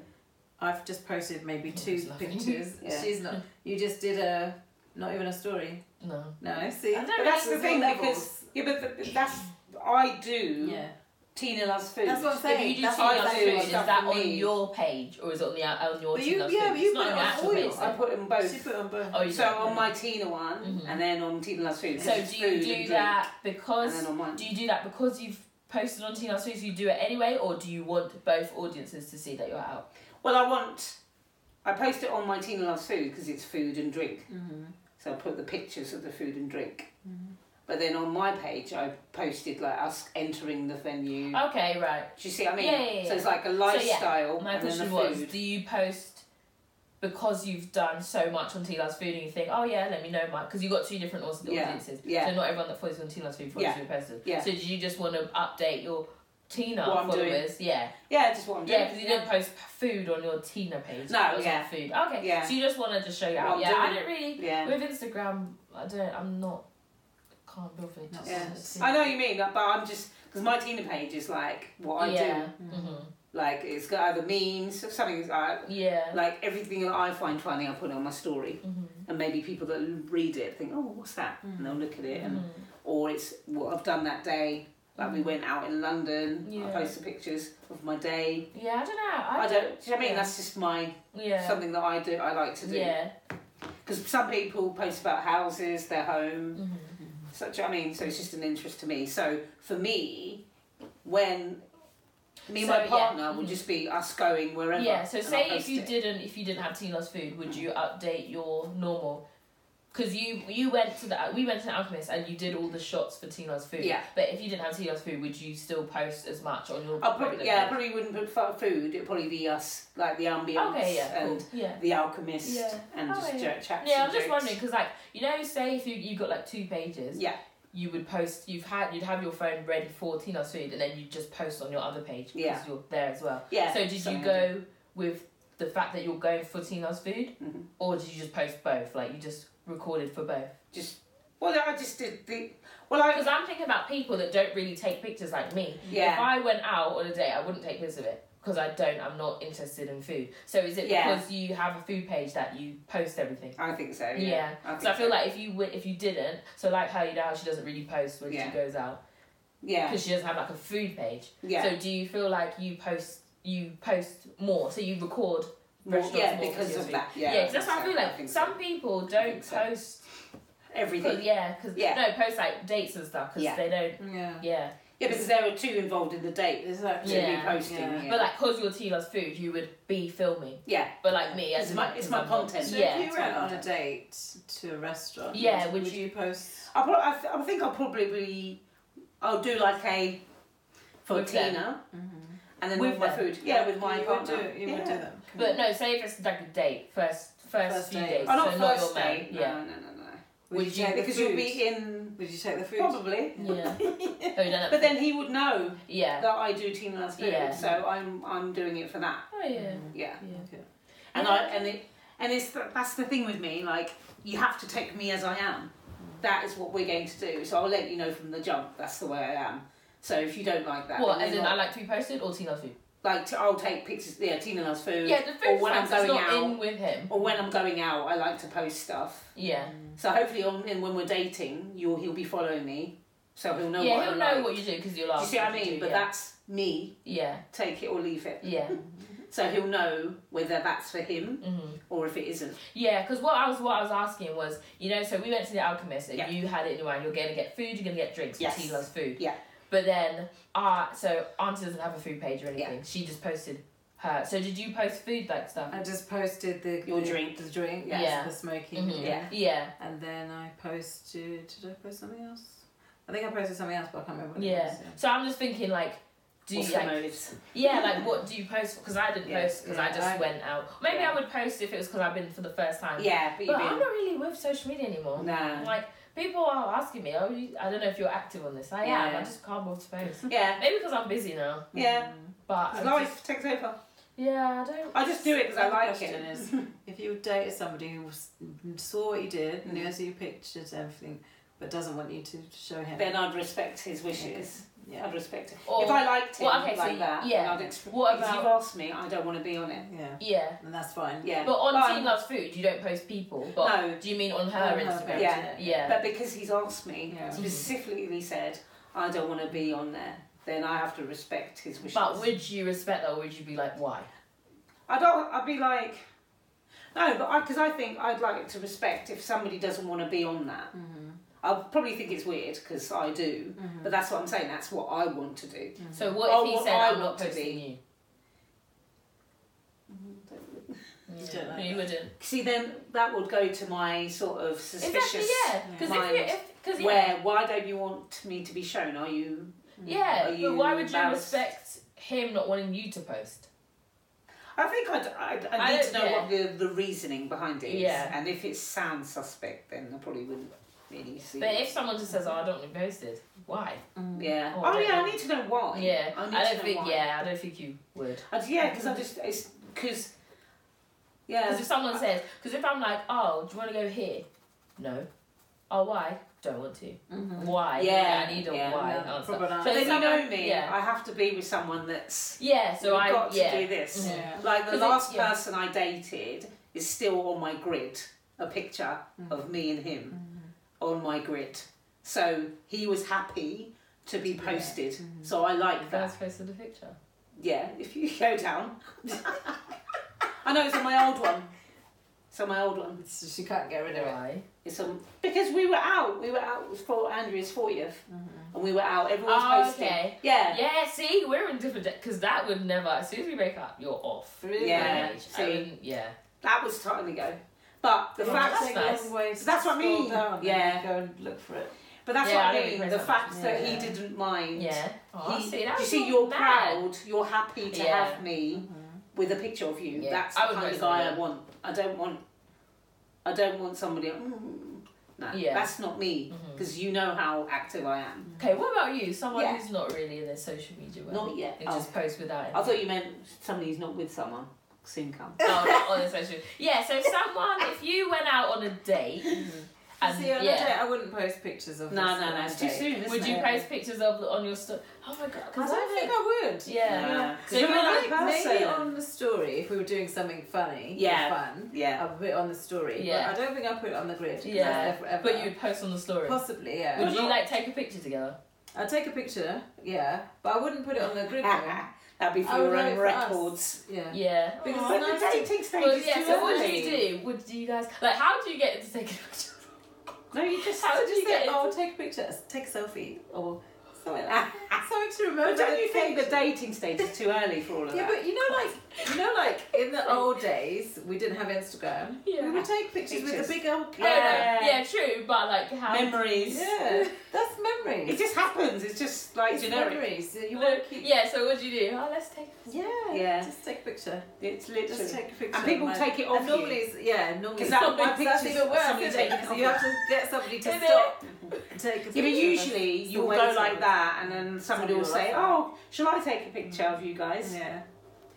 I've just posted maybe two nothing. pictures. (laughs) Yeah. She's not. You just did a not even a story. no. No, see, I don't But really that's the There's no thing levels. because yeah, but th- but that's I do. yeah, Tina loves food. that's what I'm If saying. you do That's tea what and I us do, food, it's is stuff that for on me. your page or is it on the on your But tea you- and us yeah, food? but you It's not on put it your on actual all page. your- I put them both. She put on both. Oh, you so don't. on my Tina one, Mhm. and then on Tina loves food. So it's do food you and do drink. that And because then on mine. do you do that because you've posted on Teen House Foods, you do it anyway, or do you want both audiences to see that you're out? Well, I want. I post it on my Tina Loves Food because it's food and drink. Mm-hmm. So I put the pictures of the food and drink. But then on my page, I posted like us entering the venue. Okay, right. Do you see what I mean? Oh, Yeah, yeah, yeah. So it's like a So, yeah, lifestyle. My Mm. and then the question food. was, do you post because you've done so much on Tea Loves Food and you think, oh yeah, let me know my because you've got two different aus- Yeah, audiences. yeah. So not everyone that follows you on Tea Loves Food follows Yeah, you in person. yeah. So do you just want to update your Tina What I'm doing. followers? Yeah. Yeah, just what I'm doing. Yeah, because you didn't post food on your Tina page. No, It was yeah. on food. Okay. Yeah. So you just want to just show you Well, out. Yeah, doing I don't really. Yeah. With Instagram, I don't. I'm not. Can't build for it. Just Yeah. see. I know what you mean, but I'm just because my Tina page is like what I yeah. do. Mm. Mhm. Like it's got either memes or something uh, like Yeah. like everything that I find funny, I put on my story, Mhm. and maybe people that l- read it think, "Oh, what's that?" Mm-hmm. and they'll look at it, and Mhm. or it's what I've done that day. Like we went out in London, I Mm-hmm. Yeah. posted pictures of my day. Yeah. I don't know. I, I don't. Do you know what I mean? yeah. That's just my Yeah. something that I do. I like to do yeah. Mm-hmm. because some people post about houses, their home. such I mean, so it's just an interest to me. So for me, when me and So, my yeah. Mm-hmm. partner would just be us going wherever. Yeah. So and I'll say if post you it. Mm. didn't, if you didn't have teen lost food, would you update your normal? Because you you went to the we went to Alchemist and you did all the shots for teen lost food. Yeah. But if you didn't have teen lost food, would you still post as much on your? I probably regular yeah, I page? probably wouldn't put fu- food. It'd probably be us like the ambience Okay. Yeah. and Cool. Yeah. the alchemist Yeah. and Oh, just yeah. ch- chats. Yeah, and I'm just jokes. wondering because, like, you know, say if you you got like two pages, Yeah, you would post. You've had you'd have your phone ready for Tina's food, and then you just post on your other page because Yeah. you're there as well. yeah. so did you something like go with the fact that you're going for Tina's food, Mhm. or did you just post both? Like you just recorded for both? that. Just well, I just did the well. I Because I'm thinking about people that don't really take pictures like me. If yeah. I went out on a date, I wouldn't take pics of it because I don't. I'm not interested in food. So is it Yeah. because you have a food page that you post everything? I think so. Yeah. Yeah. think So I feel like if you w- if you didn't, so like how you know how she doesn't really post when Yeah. she goes out yeah, because she doesn't have like a food page. yeah, So do you feel like you post you post more? So you record More- restaurants yeah, more because your of food? that. Yeah, Yeah, 'cause that's what I feel like. think so. Some people don't think so. post. everything. yeah, because Yeah. no post like dates and stuff because Yeah. Mm-hmm. they don't. Yeah. Yeah, Yeah, because there were two involved in the date. Exactly. Yeah, Yeah. posting. Yeah, but like because you're tea loves food, you would be filming. yeah. But like me, I It's didn't, my- it's 'cause my I'm not- content. So yeah, if you went on a content. date to a restaurant, Yeah, would, would would you post? I, prob- I, th- I think I'll probably I'll do like a for With them. Tina, and then With with, my them. food. Yeah, with my you partner. Would do, you yeah. would do them. But no, say if it's like a date, first first, First few date. days, Oh, not so first not your date. main. No, Yeah. no, no, no. Would, you, take the Because food? you'll be in Would you take the food? probably. (laughs) Yeah. Have you done that? But then he would know yeah. that I do Tina loves food, Yeah. so I'm I'm doing it for that. Oh yeah. Yeah. Okay. And I and it and it's th- that's the thing with me. Like you have to take me as I am. That is what we're going to do. So I'll let you know from the jump. That's the way I am. So if you don't like that, What? then As we're in, not- I like to be posted or Tina food. like t- I'll take pictures. Yeah, Tina loves food. Yeah, the or food when I'm factor's going not out, in with him. or when I'm going out, I like to post stuff. Yeah. So hopefully, on and when we're dating, you'll he'll be following me, so he'll know. yeah, what he'll I know like. what you do because you'll Do ask. you see what I him to mean? do, But yeah. Mm. that's me. Yeah. Take it or leave it. (laughs) Yeah. So he'll know whether that's for him hmm or if it isn't. Yeah, because what I was what I was asking was, you know, so we went to the Alchemist and Yeah. you had it in your mind. You're gonna get food. You're gonna get drinks. Yes. Yes. Tina loves food. Yeah. But then, uh, so Auntie doesn't have a food page or Yeah. anything. She just posted her. So did you post food like stuff? Oh, I just posted the Your the, drink. the drink, Yeah. yes, the smoking, Mhm. Yeah. Yeah. and then I posted. Did I post something else? I think I posted something else, but I can't remember what it Yeah. was. (laughs) So I'm just thinking like. Do you, What's the like, motives? (laughs) Yeah, like what do you post? Because I didn't Yeah, post because I yeah, just I- went out. Maybe yeah. I would post if it was because I've been for the first time. Yeah, but but you've I'm been. not really with social media anymore. Nah. Like people are asking me, oh, you, I don't know if you're active on this. I am. Yeah. I just can't bother to (laughs) post. Yeah, Maybe because I'm busy now. yeah. But 'Cause I life just- takes over. yeah, I don't. I just do it because I Another like question it. (laughs) is, If you dated somebody who s- saw what you did, Mm-hmm. knows your pictures, everything, but doesn't want you to show him, then I'd respect his wishes. yeah, I'd respect it. Or- if I liked him well, okay, so like you- that, yeah. then I'd exp- What because you've about- asked me, I don't want to be on it. yeah, Yeah. and that's fine. Yeah. But on But- Team Loves Food, you don't post people. But No. do you mean on her On her Instagram? page, Yeah. Yeah. But because he's asked me, Yeah. Mm-hmm. specifically said, I don't want to be on there, then I have to respect his wishes. But would you respect that, or would you be like, why? I don't, I'd be like, no, but because I, think I'd like to respect if somebody doesn't want to be on that. Mm-hmm. I'll probably think it's weird because I do, but that's what I'm saying. That's what I want to do. So what if Oh, he well, said, I I'm not want to posting be. you? You don't like You wouldn't. See, then that would go to my sort of suspicious. Exactly. Yeah. Because if mind. you, if because yeah, Where? Why don't you want me to be shown? Are you? Are yeah. you But why would you embarrassed? respect him not wanting you to post? I think I'd, I'd, I'd I need don't- to know what the, the reasoning behind it is. Yeah. And if it sounds suspect, then I probably wouldn't really see. But it. if someone just says, "Oh, I don't want to be posted," why? yeah. Oh, Oh, I don't yeah. know. I need to know why. Yeah. I, need I to don't know think. why. Um, Yeah. I don't think you would. I, yeah, because I just it's because. Yeah. Because if someone says, because if I'm like, "Oh, do you want to go here?" No. Oh, why? Don't want to. Why? Mm-hmm. Yeah, I need a yeah, why no, answer. proper but if then you someone- know me. Yeah. I have to be with someone that's yeah. So We've I. got yeah. Mm-hmm. to do this. Yeah. Like the 'Cause last it's- yeah. person I dated is still on my grid, a picture Mm. of me and him on my grid. So he was happy to be posted. Mm. So I like That's that. posted a picture. (laughs) Yeah, if you go down. I know it's on my old one. So my old one. So she can't get rid of it. Why? It's on because we were out. We were out it was for Andrea's 40th and we were out. Everyone's Mm-hmm. Oh, posting. okay. Yeah. Yeah, see, we're in different because that would never. As soon as we break up, you're off. Really? Yeah. Like, See. I wouldn't- yeah. That was time ago. But the Yeah, fact that's that, nice. Ways That's what I scroll mean. Down Yeah. And go and look for it. but that's Yeah, I what I don't mean. regret The that fact much. that Yeah. he didn't mind. Yeah. Oh, He- see, that you was see, not you're bad. proud. You're happy to Yeah. have me with a picture of you. Yeah. That's I the would kind go of somewhere. guy I want. I don't want. I don't want somebody. Mm, no, Yeah. that's not me. Because you know how active I am. Okay, what about you? Someone Yeah. who's not really in their social media world. Not yet. Who Oh. Mm-hmm. just posts without anything. I (laughs) thought you meant somebody who's not with someone. Soon come. no, not on the social. Yeah, so someone, if you went out on a date, and See, on yeah, a date, I wouldn't post pictures of. No, us no, on no. a It's too date. soon. Isn't would you it? post pictures of on your story? Oh my god, I because I, don't think think. I would. yeah. Yeah. So You're maybe, not that maybe person. on the story if we were doing something funny, Yeah. or fun, Yeah. (laughs) I would put it on the story. Yeah. but I don't think I put it on the grid. 'cause Yeah, that's there forever. but you would post on the story. possibly yeah. Would you like take a picture together? I'd take a picture, yeah, but I wouldn't put it on the (laughs) grid. though. That'd be for I would your like own for us. records. yeah. Yeah. Because But it's the nice. dating stage Well, is yeah. Oh, too So what do early. you do? Would do you guys like? How do you get to take a picture? No, you just How would you Say, get? into- oh, take a picture, take a selfie, or (laughs) something like that. (laughs) something to remember. But don't you think that? the dating stage is too early for all of Yeah, that? but you know, like you know, like in the old days, we didn't have Instagram. Yeah. We would take pictures, with Pictures. the big old No, no, camera. Yeah, true, but like how? Memories. Yeah, that's memories. It just happens. It's just like It's generic. memories. You No, want to keep. yeah. So what do you do? Oh, let's take. Yeah, Yeah. Just take a picture. It's Just literally. take a picture. And people of my- take it off and normally, you. it's, yeah, normally Because that somebody- one that's picture's even worse. somebody isn't it? taking it 'Cause off you have to get somebody to Isn't stop and take a picture. Yeah, but usually you'll way go too like early. that, and then somebody will Somebody say, "Oh, shall I take a picture of you guys?" Yeah.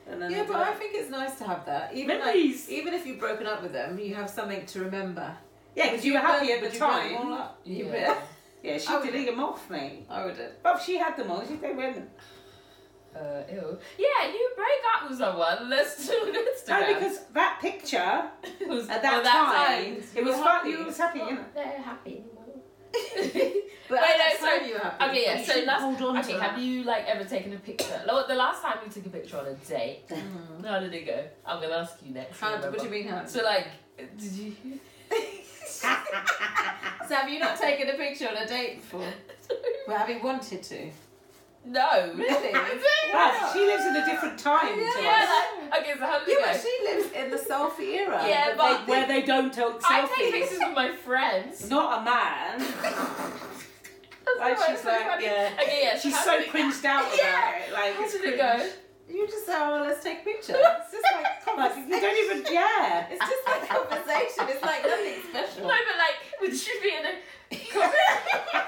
And then Yeah, they'll but be I like- think it's nice to have that. Even like, Memories. even if you've broken up with them, you have something to remember. yeah, because you were happy at the But you burn them all time. up. You Yeah. bet. Yeah, she I would would- delete them off, mate. I wouldn't. But if she had them all, she they went. Uh, ew. Yeah, you break up with someone. Let's do an No, Instagram. because that picture (laughs) it was, Oh, at that, oh, time, it was fun. You was happy, (laughs) you know. They're happy anymore. (laughs) But Wait, at no, that sorry. time you were happy. Okay, yeah. You So should last, hold on to okay, that. have you like ever taken a picture? Like, the last time you took a picture on a date, how did it go? I'm gonna ask you next. How, remember. what do you mean? How? So, So like, did you? have you not taken a picture on a date before? (laughs) well, have you wanted to? no. (laughs) Really? Wow, she lives in a different time to us. Yeah. Like, okay. So how did it Yeah, but go? she lives in the selfie era. Yeah, But but- they- where they don't take I take selfies. pictures with my friends. Not a man. That's Like, why she's it's so like, funny. yeah. Okay, yeah. She's how so did it- cringed out (laughs) about Yeah. it. Like, How it's did it cringe. go? You just say, oh, let's take pictures. It's just like Like, conversation. you don't even, yeah. It's just (laughs) like conversation. It's like nothing No, special. but like, would you be (laughs) in a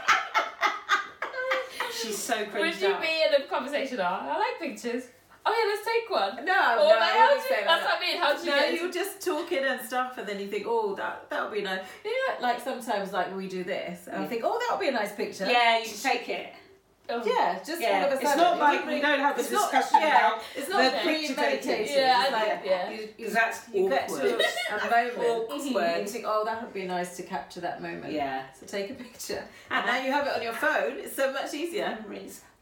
She's so (laughs) cringed would you out. be in a conversation? Oh, I like pictures. Oh yeah, let's take one. No, Or no, like, I how do wouldn't you, say that's that. what I mean. How do you No, get? you're just talking and stuff, and then you think, oh, that that would be nice. You know, like sometimes, like we do this, and I think, oh, that would be a nice picture. yeah, you take it. oh. yeah, just all Yeah, of a sudden. it's not It like doesn't we really- don't have a it's not- discussion yeah, about it's the not premeditated. premeditated. Yeah, it's I- like yeah. you, you, because that's you awkward. (laughs) get to a moment, and you Awkward. think, oh, that would be nice to capture that moment. Yeah. Ah. So take a picture, and now you have it on your phone. It's so much easier. Memories. (laughs)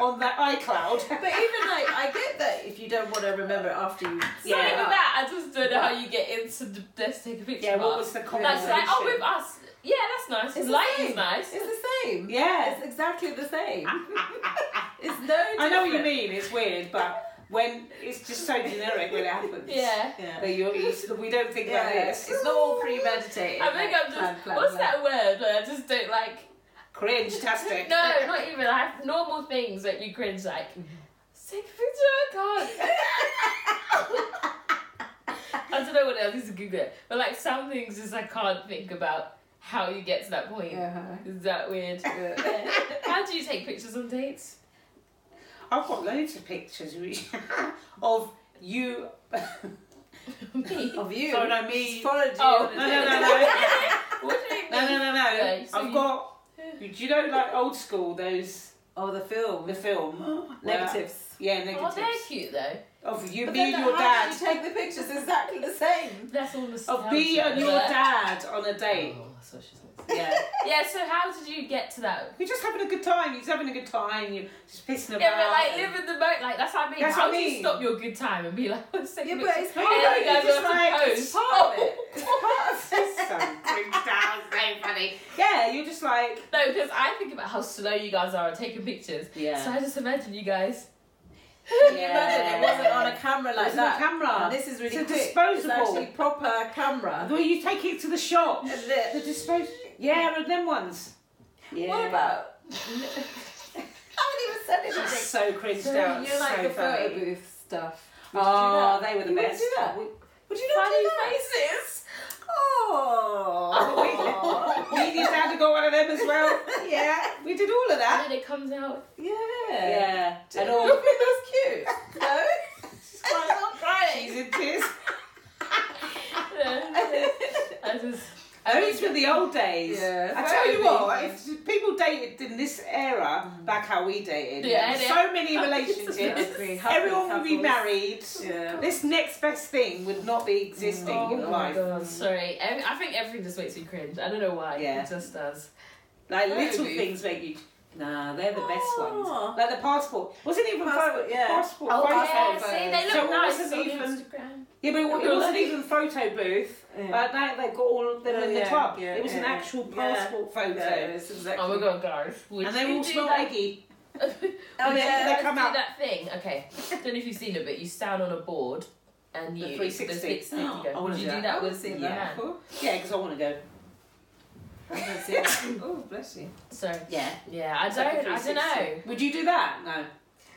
On that iCloud. (laughs) But even like, I get that if you don't want to remember it after you. It's not (laughs) Yeah. even that. I just don't know how you get into the let's take a picture. Yeah, what part. was the That's conversation? like, oh, with us. Yeah, that's It's nice. the Light same. is nice. It's the same. Yeah. It's exactly the (laughs) same. it's no. Different. I know what you mean, it's weird, but when it's just so generic when it (laughs) happens. Yeah. Yeah. That you're, you- we don't think Yeah, about yeah. this. it's not all premeditated. I think like, I'm just. plan, plan, what's plan. that word? Like, I just don't like. Cringe-tastic. No, not even. I have normal things that you cringe like. "Let's Take a picture. I can't. I don't know what else is Google it, but like some things just I can't think about how you get to that point. Yeah. Is that weird? (laughs) Yeah. How do you take pictures on dates? (laughs) I've got loads of pictures (laughs) of you. (laughs) Me? Of you. Oh, no, me. She's Followed you. Oh, on a No, no, no, date. no. what do you mean? Oh, No, no, (laughs) no, no. Yeah, so I've you- got. Do you know, like, old school, those. Oh, the film. (gasps) The film. where- Negatives. Yeah, Oh, negatives. they're cute though. Of you, But me and then the- your how did dad. You take the pictures exactly the same. That's all the Of me and your dad on a (laughs) date. Oh, that's what she said. Yeah. Yeah, so how did you get to that? You're just having a good time. You're just having a good time. You're just pissing about. Yeah, but like live in the moment, like that's what I mean. That's how what I do you mean. stop your good time and be like, (laughs) let's take Yeah, a but picture? it's And part then of you it, guys it's have to like- pose. it's part of it. (laughs) so funny. Yeah, you're just like. (laughs) No, because I think about how slow you guys are at taking pictures. Yeah. (laughs) So I just imagine you guys. Imagine it wasn't on a camera like It's on that. camera. And this is really It's a quick. disposable. It's actually proper camera. Well, you take it to the shop. And The the- disposal. Yeah, and them ones. Yeah. What (laughs) about? I haven't even said It's anything. so cringed out. you like so the photo funny. booth stuff. Would you do Oh, that? they were the You wouldn't best. do that? We- Would you not do that? faces? (laughs) Oh. We just had to go one of them as well. Yeah, we did all of that. And then it comes (laughs) out. (laughs) yeah. Yeah, Do you and (laughs) not all. think that's cute? No. She's crying. I'm She's crying. in tears. (laughs) I just. Those were the old days. Yeah, I tell you very what, big. Mm. if people dated in this era, back how we dated, Yeah, so many (laughs) relationships, Agree. everyone would be Couples. married. Yeah. Mm. This next best thing would not be existing Oh in my life. god, sorry. Every, I think everything just makes me cringe. I don't know why. Yeah. It just does. Like Very little good. things make you. Nah, they're the best Oh. ones. Like the passport. Wasn't even Passport, photo. yeah. Passport. Oh, photo yeah, booth. see, they look So it nice wasn't on even- Instagram. Yeah, but it, wa- it Yeah. wasn't even photo booth. Yeah. But now they've got all of them Oh, in the yeah, club. yeah, it was an yeah. actual Yeah. passport photo. Photos, exactly. Oh my god, guys. Would And they you all do smell that? eggy. Oh, And yeah. they, Let's they come do out. that thing. Okay. don't know if you've seen it, but you stand on a board and you. The there's 360 360. you go. (gasps) I wanna Would do you that. do I that wanna with see your that. hand? Yeah, because I want to go. (laughs) oh, bless you. Sorry. Yeah. Yeah, I like a don't. I don't know. 360. Would you do that? No.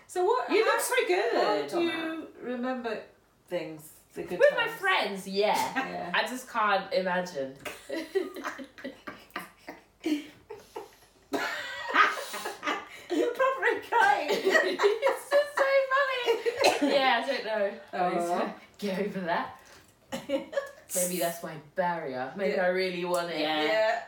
So what? You how- look so good. How do on that. you remember things? The good With my times? friends, yeah. (laughs) Yeah. I just can't (laughs) imagine. You're probably crying. it's just so funny. yeah, I don't know. Oh. Get over that. Maybe that's my barrier. Maybe Yeah. I really want it. Yeah. yeah.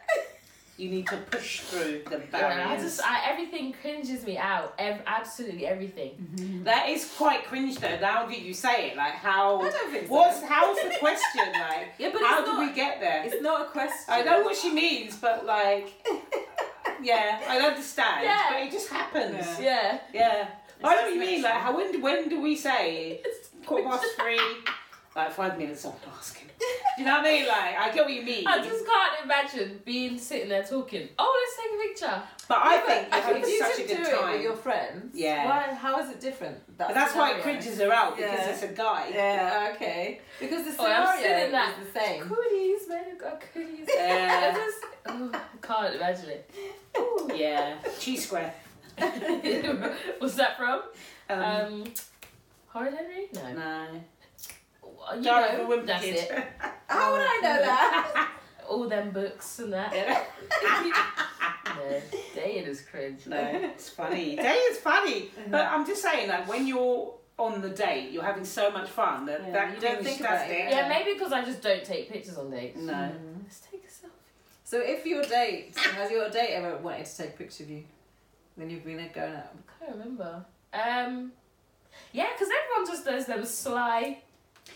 You need to push through the Yeah, I barriers. just I, everything cringes me out. Ev- absolutely everything. That is quite cringe though. Now that you say it, like how? I don't think so. what's how's the question like? Yeah, but how it's did not- we get there? It's not a question. I know what she means, but like, yeah, I understand. Yeah. But it just happens. Yeah. Yeah. I know just what you mean. natural. Like, how, when when do we say quarter past three? Like five minutes after asking. You know what I mean? Like, I get what you mean. I just can't imagine being sitting there talking. Oh, let's take a picture. but I think I you're having think you such should a good do it time. with your friends. Yeah. Why? How is it different? but that's why it scenario. cringes her out because Yeah. it's a guy. Yeah. Okay. Because the Oh, scenario I'm still in that. is the same. Cooties, man, I've got cooties. I (laughs) Yeah. just oh, I can't imagine it. yeah. Cheese square. (laughs) What's that from? Um, Um, Horrid Henry? No. no. Well, you Dora know, the Wimpy that's Kid. Oh, it. (laughs) How would I know that? All them books and that. (laughs) no, Dayan is cringe. No, it's funny. Day is funny, but I'm just saying that when you're on the date, you're having so much fun that Yeah, that you don't cringe think does about it. Yeah, Mm. maybe because I just don't take pictures on dates. No. Let's take a selfie. (laughs) So if your date has your date ever wanted to take a picture of you when you've been going out? I can't remember. Um, yeah, because everyone just does them sly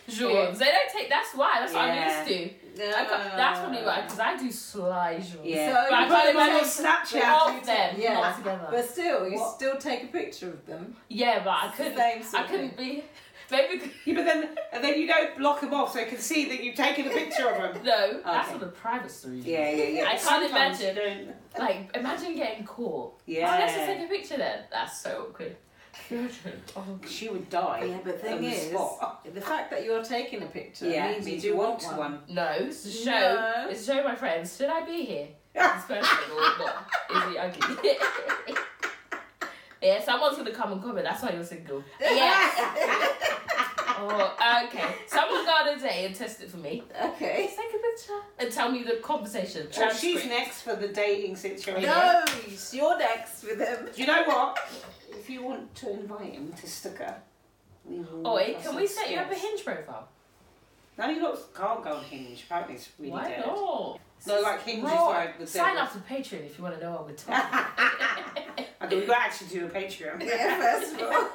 jours. They don't take. That's why. That's what Yeah. I'm used to. I got, that's probably Uh, why. Because I do sly jours. Yeah. So But you I Put can't them on your imagine Snapchat. all of them Yeah. not together. But still, you What? still take a picture of them. yeah, but I It's the couldn't. same sort I of couldn't be. (laughs) Maybe. Yeah, but then and then you don't block them off so they can see that you've taken a picture (laughs) of them. No, that's Okay. not a private story. Yeah, yeah, yeah. I But can't sometimes you don't- Like, imagine getting caught. Yeah. Oh, let's just take a picture then. That's so awkward. (laughs) oh, She would die. Yeah, but on thing the is, spot. the fact that you're taking a picture yeah, means me you do want to one. one. no, it's to show. No. It's to show my friends. Should I be (laughs) here? Is this person or not? Is he ugly? (laughs) yeah, someone's gonna come and comment. That's why you're single. Yeah. oh, okay. Someone go on a date and test it for me. Okay. (laughs) Let's take a picture and tell me the conversation. Well, Oh, she's transcript. next for the dating situation. No, it's your next with him. Do you know what? If you want to invite him to Sticker, we will. Oh, wait, have can some we set you up a skills. hinge profile? No, you lot can't go on Hinge. Apparently, it's really Why dead. not? No, like Hinge is Raw. like the Sign devil. (laughs) up to Patreon if you want to know what we're talking. I Okay, we've got to actually do a Patreon. (laughs) Yeah, first of all.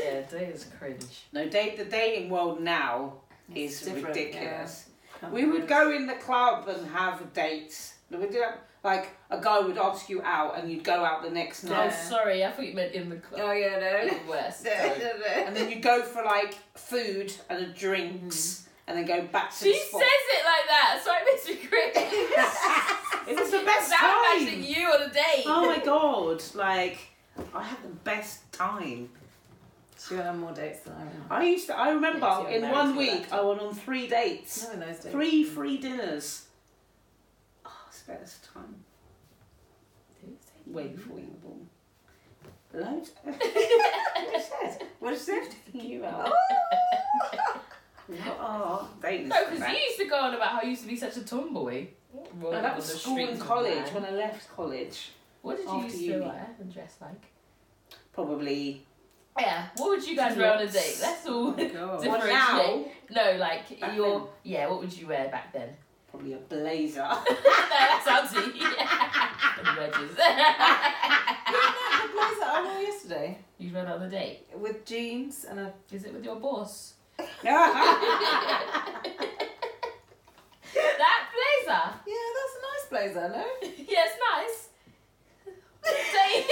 Yeah, today is cringe. No, date the dating world now It's is different, ridiculous. We would go in the club and have dates. We would do that- like a guy would ask you out and you'd go out the next Oh, night. Yeah. sorry, I thought you meant in the club. Oh yeah, no. The (laughs) worst. (laughs) No, Sorry. no, no. And then you go for like food and a drinks and then go back to She the says it spot. like that, so it makes me cringe. it was (laughs) the best Now time. imagine you on a date. Oh my god, like I had the best time. She went on more dates than I went on. I used to I remember Yes, you were in married one to week I went on three dates. Not in those days. Three free dinners. Oh, it's the best time. Wait for you born. Loads. (laughs) what is that? What is that? You are. Ah! What are they? No, because you used to go on about how you used to be such a tomboy. Well, that was school and college. When I left college, What did you after used to uni. wear and dress like? probably. Yeah, what would you guys wear on a date? That's all. (laughs) God. Different Well, now, No, like Back your yeah. What would you wear back then? (laughs) probably a blazer. no, that's auntie. (laughs) And wedges. (laughs) The blazer I wore yesterday you went on a date. with jeans and a Is it with your boss? (laughs) yeah, That blazer. yeah, that's a nice blazer, no? Yeah, it's nice. Date.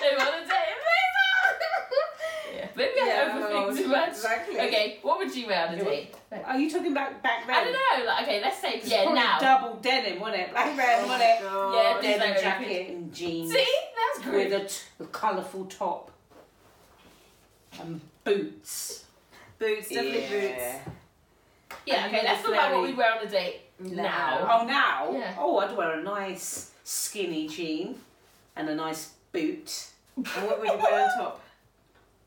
they were on a date. Blazer. yeah. Maybe Yeah, I overthink too much. exactly. Okay, what would you wear on a Yeah, what- date? Are you talking about back then? I don't know. Like, okay, let's say It's yeah probably now. Oh Double denim, wasn't it? Black then, wasn't it? Yeah, Denim so- jacket and jeans See, that's with great. a, t- a colourful top and boots. Boots, definitely Yeah. Yeah, okay, let's talk about what we wear on a date boots. now. (laughs) Oh, now? Yeah. Oh, I'd wear a nice skinny jean and a nice boot, And what would you wear on top?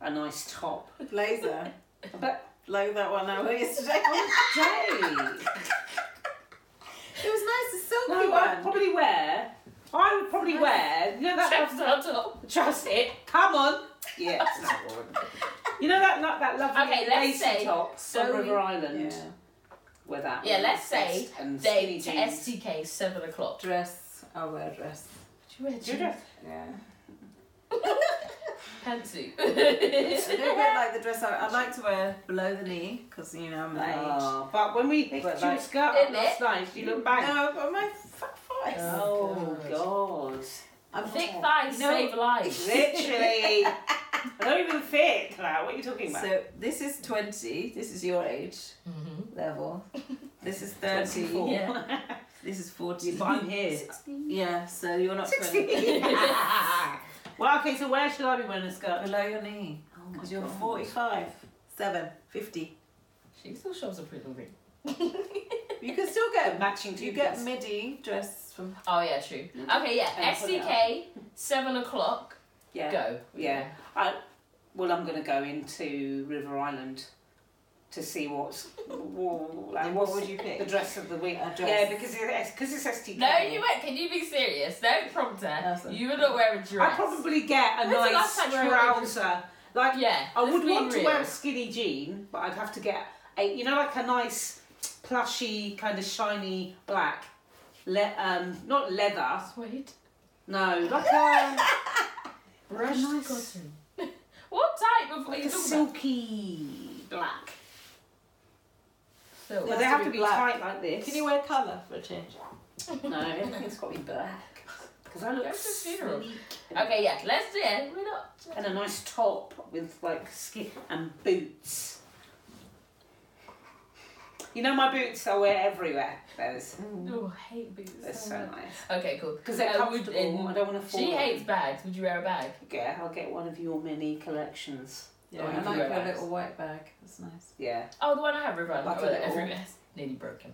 a nice (laughs) top. Blazer. But, Like that one I wore yesterday. Jay, It was nice, a silky no, I'd one. probably wear, I would probably wear, you know that, Chaps on top. trust it, come on. Yes, that one. (laughs) You know that, that, that lovely Okay, let's lacy say- top so from River we- Island Yeah. with that. Yeah, on, let's say and Date to skinny jeans. STK, 7 o'clock. Dress. I'll wear a dress. Do you wear Do you jeans? dress- Yeah. It's a Pantsuit. little bit like the dress I, I'd like to wear below the knee because, you know, I'm an age. Oh, but when we picked But your like- skirt up Isn't last it? night, you looked back. No, but my fuck voice. Oh, (laughs) God. I'm Thick thighs No. save lives. Literally. not even thick. Like, what are you talking about? So this is 20. This is your age level. This is 30. (laughs) Yeah. This is 40. But I'm here. Yeah, so you're not 20. (laughs) well, okay, so where should I be wearing a skirt? Oh, Below your knee. Because you're 45. 7. 50. she still shops at Prison Green. You can still get (laughs) Matching You get toothless. midi dress from Oh, yeah, true. Okay, yeah, Mm-hmm. And put it STK, 7 o'clock, Yeah. go. Yeah. I, well, I'm going to go into River Island to see what's. wha- like, And what what's would you pick? The dress of the week. A dress. Yeah, because it's, cause it's STK. No, you won't. Can you be serious? Don't prompt her. Awesome. You would not wear a dress. I probably get a When's the last nice time you were wearing a dress? trouser. Like, Yeah. I let's would be want to real. wear a skinny jean, but I'd have to get a you know like a nice plushy kind of shiny black, le- um not leather, Wait. no like a (laughs) Brushed nice- cotton. what type of what are like you talking about? a silky black. Silk. But It they has to have to be be black. tight like this. Can you wear colour for a change? No, everything's got to be black. Because I Go look to funeral. sleek Okay, yeah. Let's do it. We're not. and a nice top with like skin and boots. You know my boots I wear everywhere. Those, Oh, I hate boots. Mm. they're so much. nice. Okay, cool. Because they're Uh, would- comfortable. uh, I don't want to fall. She on. hates bags. Would you wear a bag? Yeah, I'll get one of your mini collections. Yeah, Oh, you I can like wear your bags. little white bag. That's nice. Yeah. Oh, the one I have revised. Like Like a oh, that little- everywhere. Nearly broken.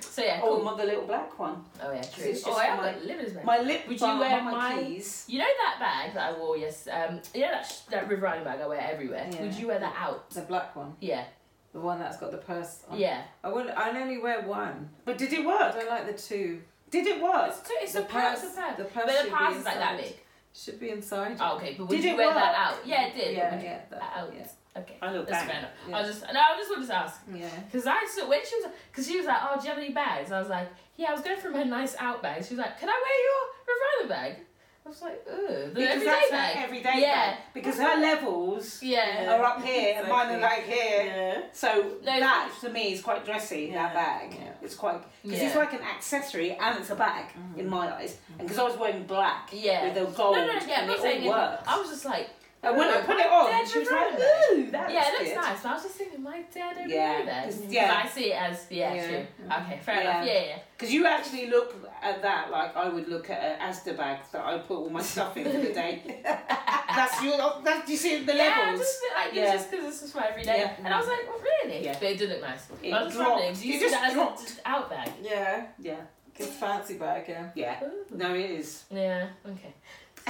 (laughs) so yeah, Oh, cool. my, the little black one. Oh, yeah, true. 'Cause it's oh, just I have my- got livers bag. My lip Would you balm, wear my, my- keys. you know that bag that I wore yes um you know that, sh- that River Island bag I wear everywhere. Yeah. Would you wear that out? The black one. Yeah. The one that's got the purse on. Yeah. I would. I only wear one. But did it I work? don't like the two. Did it work? It's, too, it's The a purse. purse- It's a purse. the purse but should the be purse is like that inside. big. Should be inside. Oh, okay, but would Did you it wear work? that out? Yeah, it did. Yeah, Would you yeah, wear that that, out. yeah, Okay. I look That's fair bang. enough. Yeah. Mm. I was just no, I just wanted to ask yeah. because I saw when she was because she was like, oh, do you have any bags? I was like, yeah, I was going from her nice out bag. She was like, can I wear your River Island bag? I was like, ugh. The Because everyday that's bag. her everyday Yeah. bag. Because her levels Yeah. are up here and mine are Exactly. like here. Yeah. So No, that to me is quite dressy. Yeah. That Mm. bag, it's quite because it's Yeah. like an accessory and it's a bag in my eyes. And because I was wearing black Yeah. with the Oh, gold, no, no, yeah, I'm and not it saying it. all worked. I was just like, and when I like, put my it on, dad she was would wear like, that. "Ooh, that yeah, it looks looks good." nice. But I was just thinking, my dad don't Yeah, wear that. 'cause- Because yeah. Mm-hmm. I see it as the action. Okay, fair enough. Yeah. Yeah, yeah. Because you actually look at that like I would look at an Asda bag that I put all my stuff in for the (laughs) day. that's your. That do you see the Yeah, I levels? just feel like it's Yeah. just because this is my everyday. Yeah. And I was like, well, really? Yeah. But it did look nice. It I was just dropped. wondering, do you It see just that as dropped. an out bag? Yeah. yeah, It's fancy bag, yeah. yeah. Ooh. No, it is. Yeah, okay.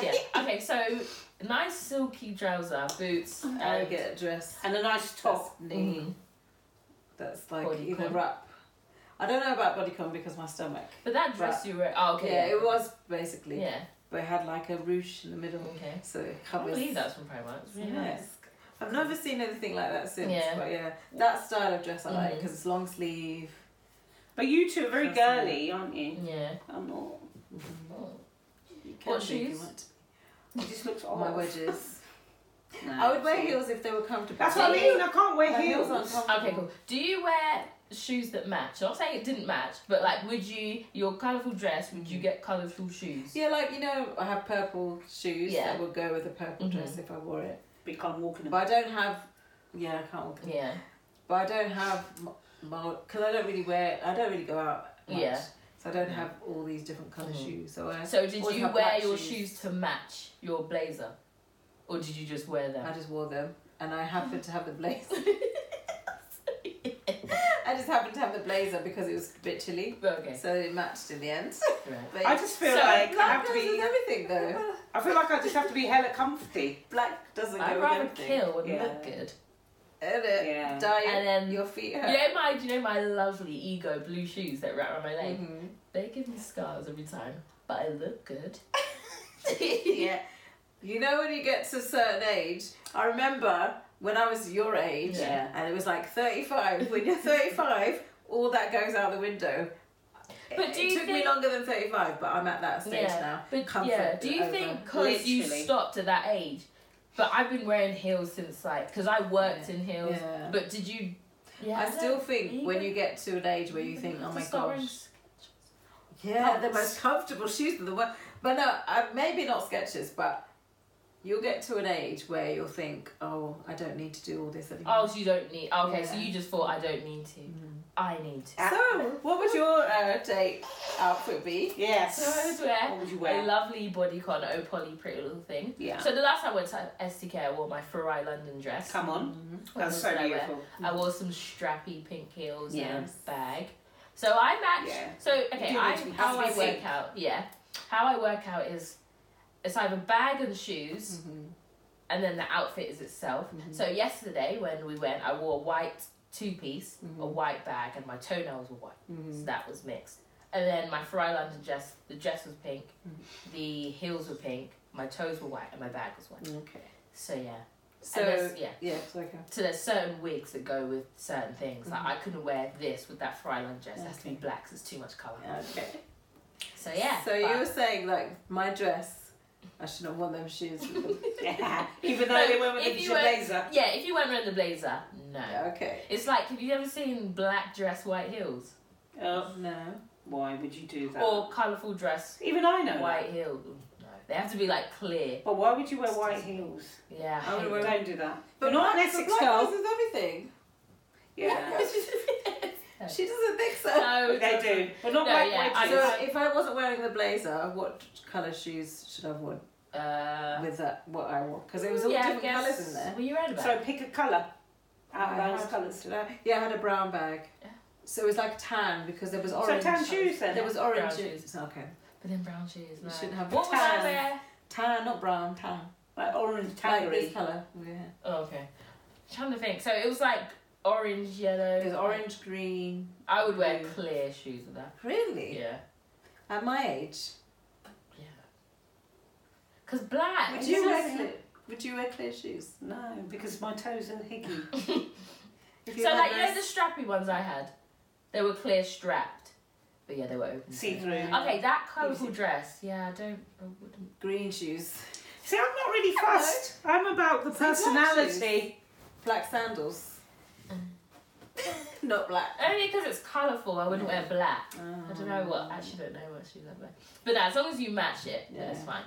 Yeah. okay, so nice silky trouser, Oh, boots. I and- get a dress. And a nice top. That's neat. Mm. Mhm. That's like Bodycon. either wrap. I don't know about bodycon because my stomach. But that dress you were. Oh, okay. Yeah, it was basically. Yeah, But it had like a ruche in the middle. okay. So it I can't covers. believe that's from Primark. It's really Yeah. nice. I've never seen anything like that since. Yeah. But yeah, that style of dress I like Mhm. because it's long sleeve. But you two are very That's nice. girly, aren't you? Yeah. I'm not. Oh. You Mm. What be if you shoes? want. It just looks Oh. odd. My (laughs) wedges. No, I would wear sorry. heels if they were comfortable. That's what I mean. I can't wear My heels. heels aren't comfortable. Okay, cool. Do you wear shoes that match? I'm not saying it didn't match, but like, would you your colourful dress? Would Mm. you get colourful shoes? Yeah, like you know, I have purple shoes Yeah. that would go with a purple Mhm. dress if I wore it. We can't walk in them. But I don't have. Yeah, I can't. Yeah. But I don't have my because I don't really wear. I don't really go out much. Yeah. Mm-hmm. So I don't have all these different color Mhm. shoes. So I So did always you have wear black your shoes. to match your blazer, or did you just wear I them? just wore them, and I happened to have the (laughs) blazer. I just happened to have the blazer because it was a bit chilly, Okay. so it matched in the end. Right. But I just feel so like I black have to goes with be. everything though. I feel like I just have to be hella comfy. Black doesn't go I'd with rather everything. kill and Yeah. look good. Isn't it? Yeah. Dye it, And then- your feet hurt. You know my, you know my lovely ego blue shoes that wrap around my leg. Mhm. They give me scars every time, but I look good. yeah. You know when you get to a certain age, I remember when I was your age, Yeah. and it was like 35. When you're 35, all that goes out the window. But it do you took me think- longer than 35, but I'm at that stage now. But Comfort yeah, do you over. think because you Literally. stopped at that age? But I've been wearing heels since like because I worked in heels. Yeah. But did you? Yeah, I still don't think when even- you get to an age where you think, oh to my start wearing gosh, s- yeah, the pumps. most comfortable shoes in the world. But no, uh, maybe not sketches, but you'll get to an age where you'll think, oh, I don't need to do all this anymore. Oh, so you don't need. Okay, so Yeah. Mm. you just thought I don't need to. I need (laughs) Ah, to. So, what would your uh, date outfit be? So I would Yes. wear What would you a wear? lovely bodycon, oh Polly, pretty little thing. Yeah. So the last time I went to STK, I wore my Farai London dress. Come on. What That's else so did I wear? beautiful. I wore some strappy pink heels and Mm. Yes. a bag. So I match. Yeah. So okay, do I, need to be- how I has work to be synced. out, yeah, how I work out is it's either bag and shoes, Mm-hmm. and then the outfit is itself. So yesterday when we went, I wore a white two piece, a Mm-hmm. white bag, and my toenails were white, so that was mixed. And then my Ferrari London dress, the dress was pink, Mm-hmm. the heels were pink, my toes were white, and my bag was white. Okay. So yeah, So there's- yeah. yeah, it's okay. so there's certain wigs that go with certain things. Like I couldn't wear this with that Freiland dress. It has to be Mm-hmm. Okay. black 'cause it's too much colour. Okay. So yeah. So you but- were saying like my dress, I should not want them shoes. (laughs) with them. Yeah. Even though No, they went with if the you were- blazer. Yeah, if you weren't wearing the blazer, no. okay. It's like have you ever seen black dress white heels Oh, No. why would you do that? or colourful dress Even I know. Why? white heel? No, they have to be like clear. But why would you wear white heels? Yeah. I I would hate wear- them. Don't do that. But not an black- Essex black girl. goes with everything. Yeah. (laughs) (laughs) She doesn't think so. no, Oh, They do. But not No, black yeah, I wedges. So if I wasn't wearing the blazer, what color shoes should I have worn Uh, with that? What I wore because it was all yeah, I different guess- colors in there. Were you right about? So pick a colour. Out I of those had- colours. did I- Yeah, I had a brown bag. So it was like tan because there was So orange. tan shoes then. There was Brown orange. shoes. Okay. but then brown shoes. No. shouldn't have what would I tan. wear? Tan, not brown, tan. Like orange Like tangerie. this colour. Yeah. Oh, okay. trying to think. So it was like orange, yellow. It was orange, green. I would wear blue. Mm. clear shoes with that. Really? Yeah. At my age. Yeah. Cause black. Would it's you just- wear clear, would you wear clear shoes? No, because my toes are (laughs) higgy. If So had like you know the those- strappy ones I had, they were clear strapped. But yeah, they were open. see through. Okay, that colourful dress. Yeah, I don't. I wouldn't. Green shoes. See, I'm not really fussed. I'm about the personality. Black sandals. Mm. (laughs) Not black. Only because it's colourful, I wouldn't wear black. I don't know what. Ah. I actually don't know what she would wear. But no, as long as you match it, yeah. that's Yeah. fine.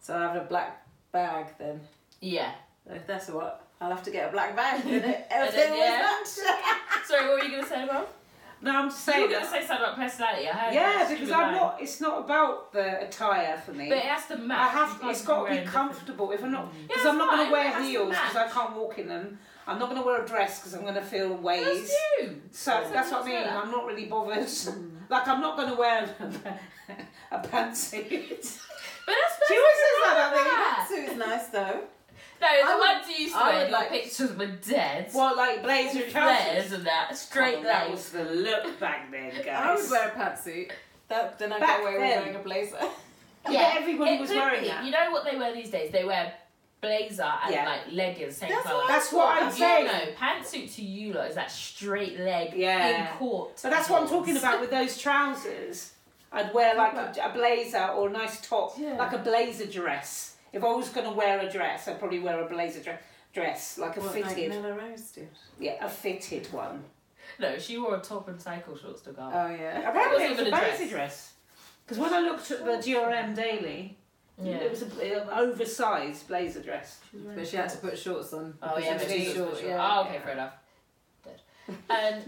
So I have a black bag then. Yeah. If that's what I'll have to get a black (laughs) bag. then it- And Everything then, was (laughs) matched. Sorry, what were you going to say (laughs) about? No, I'm You were saying going to that. say something about personality. I heard that Yeah, stupid because I'm line. not. It's not about the attire for me. But it has to match. I You have. can't It's got to wear be it comfortable. If I'm not, Yeah, because I'm it's not going Mm. fine, to it wear has to heels because I match. can't walk in them. I'm not going to wear a dress because I'm going to feel different- ways. That's you. So that's what I mean. I'm not really bothered. like I'm not going to wear (laughs) a, pantsuit. But that's She personal. (laughs) always says that about me. Yeah. Suit is nice though. No, the would- ones you used to I wear, would your like- pictures were dead. Well, like blazer and trousers. Flares and that. Straight Oh, that legs. was the look back then, guys. I would wear a pantsuit. That, then I Back get away then. with wearing a blazer. Yeah, everybody was could wearing be. that. You know what they wear these days? They wear blazer and Yeah. like leggings, same That's colour. what That's what I'm you saying. know, pantsuit to you lot is that straight leg Yeah. in court. But that's what I'm talking about with those trousers. I'd wear like a, a blazer or a nice top, Yeah. like a blazer dress. If I was going to wear a dress, I'd probably wear a blazer dress. Dress like a What, like fitted, Nella Rose did. yeah, a fitted one. No, she wore a top and cycle shorts to Uh, go. Oh yeah. Apparently, it wasn't was a even a dress. blazer dress. Because when I looked at the GRM daily, yeah. it was a- an oversized blazer dress. But she had to put shorts on. Oh because yeah, it was maybe too it was for short, sure. yeah. Oh, okay, fair enough. Dead.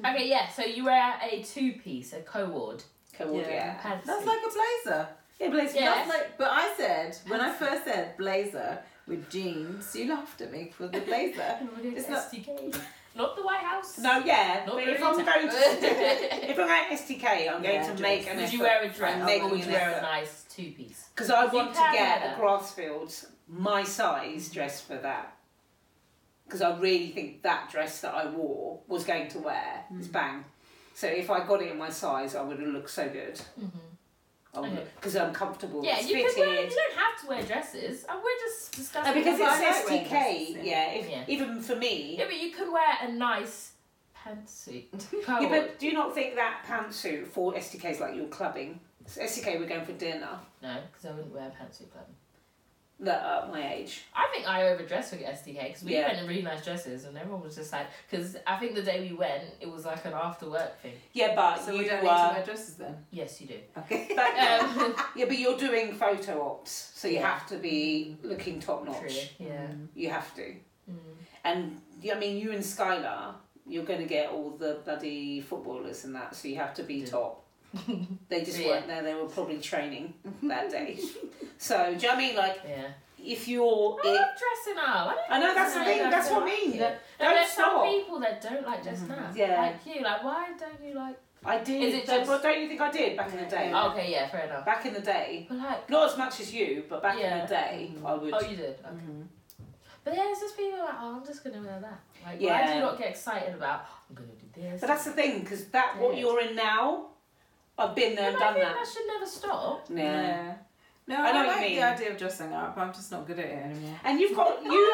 And (laughs) okay, yeah. So you wear a two-piece, a co-ward Cool, yeah. Yeah. yeah. pantsuit. That's like a blazer. blazer. Yeah. dress. That's like, but I said when I first said blazer with jeans, you laughed at me for the blazer. it's It's not not- SDK. Not the White House. No, yeah. Not but really if I'm to- (laughs) going to, if I'm at STK, I'm Yeah, going to dress. make an Would effort. you wear a dress making or would you an wear a effort. nice two-piece? Because I You want to can wear get that. a Grassfields my size Mm-hmm. dress for that. Because I really think that dress that I wore was going to wear is Mm-hmm. bang. So if I got it in my size, I would have looked so good. Mm-hmm. Okay. Because I'm comfortable. Yeah, it's you could fitted. wear. You don't have to wear dresses. And we're just discussing. No, because what it's I like wearing STK. dresses. yeah, yeah. if, Yeah. even for me. Yeah, but you could wear a nice pantsuit. (laughs) Yeah, Co-ward. but do you not think that pantsuit for STK is like you're clubbing? So STK, we're going for dinner. No, because (laughs) I wouldn't wear a pantsuit club. That at my age. I think I overdressed for SDK because we Yeah. went in really nice dresses and everyone was just like, because I think the day we went, it was like an after work thing. Yeah, but (laughs) So you we don't need to were. wear dresses then. Yes, you do. Okay. (laughs) But, Um, Yeah, but you're doing photo ops, so you Yeah. have to be looking top notch. true. Yeah. You have to. Mm. And yeah, I mean, you and Skylar, you're going to get all the bloody footballers and that, so you have to be (laughs) top. they just Yeah. weren't there. They were probably training that day. (laughs) so do you know what I mean? Like Yeah. if you're I it, love dressing up. I, don't I know, that's the dress thing, up that's what I like mean, it. that- No, don't there's stop. Mm-hmm. some people that don't like dressing up. Yeah. Like you. Like, why don't you like. I did. Is it don't, just- Oh. but don't you think I did back in the day? Yeah. Okay, yeah, fair enough. Back in the day, But like, not as much as you, but back in Yeah. the day, I would. oh, you did. Okay. Mm-hmm. But yeah, there's just people like, oh, I'm just going to wear that. Like, why do Yeah. you not get excited about, I'm going to do this? But that's the thing, because that what Yeah. you're in now, I've been there But and I done think that. that should never (laughs) stop. yeah. No, I I, know what you like mean. the idea of dressing up. I'm just not good at it anymore. And you've got you.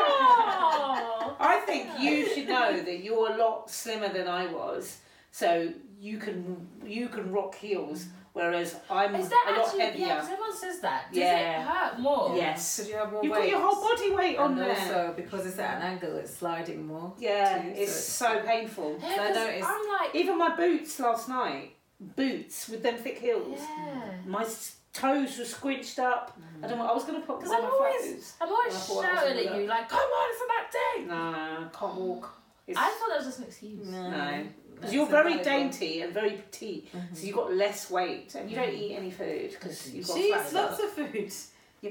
Oh. I think you should know that you're a lot slimmer than I was, so you can you can rock heels, whereas I'm (laughs) Is that a lot actually, heavier. yeah, because everyone says that. Does Yeah. it hurt more? Yes, Because you have more you've got weight. your whole body weight on and there. also because it's at an angle, it's sliding more. yeah, too, it's so so painful. Yeah, 'cause I noticed- I'm like, Even my boots last night, boots with them thick heels, yeah. my s- toes were squinched up. I don't. know, I was gonna put Because one I'm of always, those. I'm always I thought I was shouting at gonna- you, like, come on, it's about day. No, can't walk. It's, Hmm. I thought Hmm. that was just an excuse. No. No. That's Because you're very invaluable. dainty and very petite, so you've got less weight, and you don't Hmm. eat any food because you've got She fat eats lots of food. You I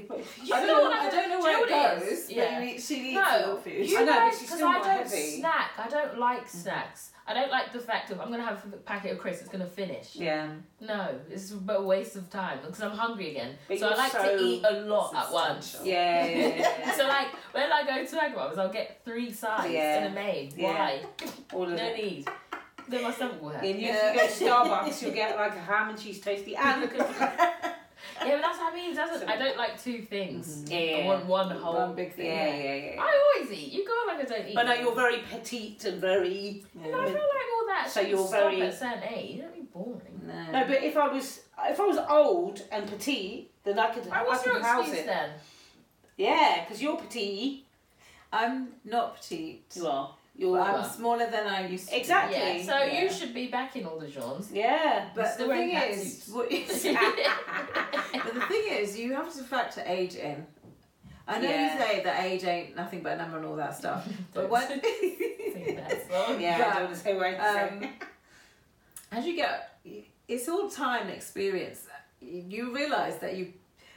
know don't know. what I I- don't know do where you it know what it is? goes. Yeah. But you eat, she eats a lot No, of food. you I know, guys, but she's because still I not don't heavy. snack. I don't like snacks. I don't like the fact of I'm gonna have a packet of crisps. It's gonna finish. yeah. No, it's a waste of time because I'm hungry again. But so I you're like so to eat a lot at once. (laughs) Substantial. Yeah, yeah, yeah, so like when I go to Agrawals, I'll get three sides Yeah. and a main. Yeah. Why? all of No it. need. Then my stomach will hurt. Yeah, And you, if you go to Starbucks, you'll get (laughs) like a ham and cheese toasty and a cookie. but that's what I mean. It doesn't. I don't like two things. Yeah, Mm-hmm. yeah, I want one whole. One big yeah, thing. yeah, yeah. yeah. I always eat. You go like I don't eat. But no, you're very petite and very. I feel like all that. So should you're stop very- at a certain age. You don't E, be boring. No. No, but if I was if I was old and petite, then I could. Why I was your could house excuse it. then? Yeah, because you're petite. I'm not petite. You are. Well, You're I'm Well. smaller than I used to be. Exactly. Yeah, so Yeah. you should be back in all the genres. You're Yeah. But still the wearing thing is, pantsuits. what is (laughs) but the thing is, you have to factor age in. I know Yeah. you say that age ain't nothing but a number and all that stuff, but Don't what? (laughs) think that's wrong. Yeah. But, I don't want to say what I um, say. as you get, it's all time and experience. You realize that you,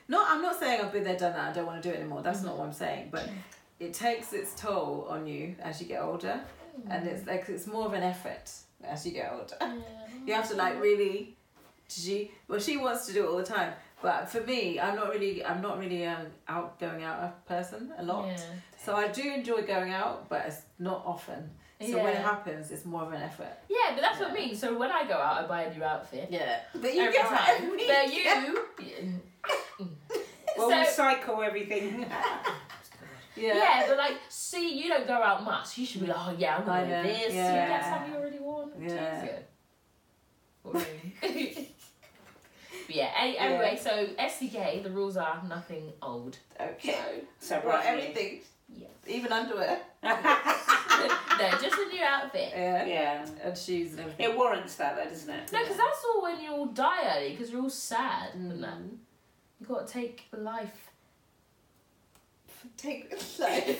no, I'm not saying I've been there, done that. I don't want to do it anymore. That's not what I'm saying. But it takes its toll on you as you get older, and it's like it's more of an effort as you get older. (laughs) You have to like really. She well, she wants to do it all the time. But for me, I'm not really, I'm not really um out going out person a lot. Yeah. So I do enjoy going out, but it's not often. So when it Yeah. happens, it's more of an effort. Yeah, but that's what I mean. So when I go out, I buy a new outfit. Yeah, but you Every get time. that every But year. you. (laughs) Well, so- we cycle everything. Yeah. Yeah. but like, see, you don't go out much. You should be like, oh yeah, I'm I gonna wear know, this. yeah. Yeah. That's something you already worn. two years Yeah. ago. What do you mean? but yeah. Any, anyway, so SDK, the rules are nothing old. Okay. so Well, right, everything. Yeah. Even underwear. no, just a new (laughs) outfit. Yeah. Yeah. And shoes and everything. It warrants that, though, doesn't it? No, because that's all when you all die early, because you're all sad and Mm. that. You gotta take life. (laughs) Take Don't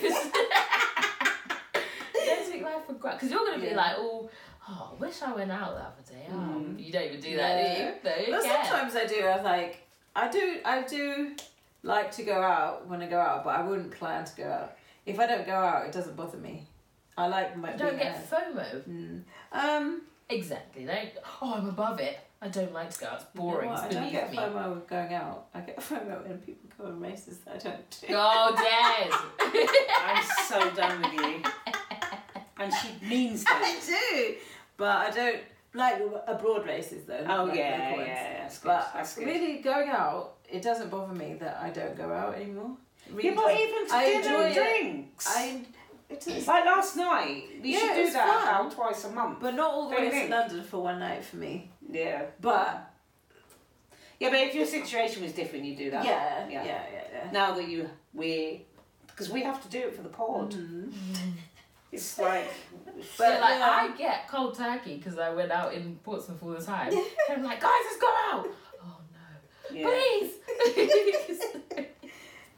take life for granted, because you're gonna be Yeah. like, all, oh, I wish I went out the other day. Oh, You don't even do that, do you? Yeah. No, you Well, care. Mm. sometimes I do. I was like, I do, I do like to go out when I go out, but I wouldn't plan to go out. If I don't go out, it doesn't bother me. I like my You don't being get FOMO. out. Um, Exactly. No. Oh, I'm above it. I don't like to go out. It's you know boring. what? I it's don't beneath get me. (laughs) FOMO with going out. I get (laughs) FOMO when people go on races that I don't do. (laughs) Oh, Des. I'm so done with you. And she means that. I do, but I don't like abroad races though. not Oh, like yeah, local yeah, ones. yeah, that's good, But that's good. really, going out, it doesn't bother me that I don't go out anymore. Really Yeah, but doesn't. even to I dinner and enjoy it. drinks. I, it is, Like last night, we Yeah, should it do was that fun. about twice a month. but not all the Don't way to think. London for one night for me. yeah, But yeah, but if your situation was different, you do that. yeah, yeah, yeah. yeah, yeah. Now that you we, because we have to do it for the pod. Mm-hmm. (laughs) It's like So But um, like yeah. I get cold turkey because I went out in Portsmouth all the (laughs) time. And I'm like, guys, let's go out. Oh no, yeah. (laughs) please.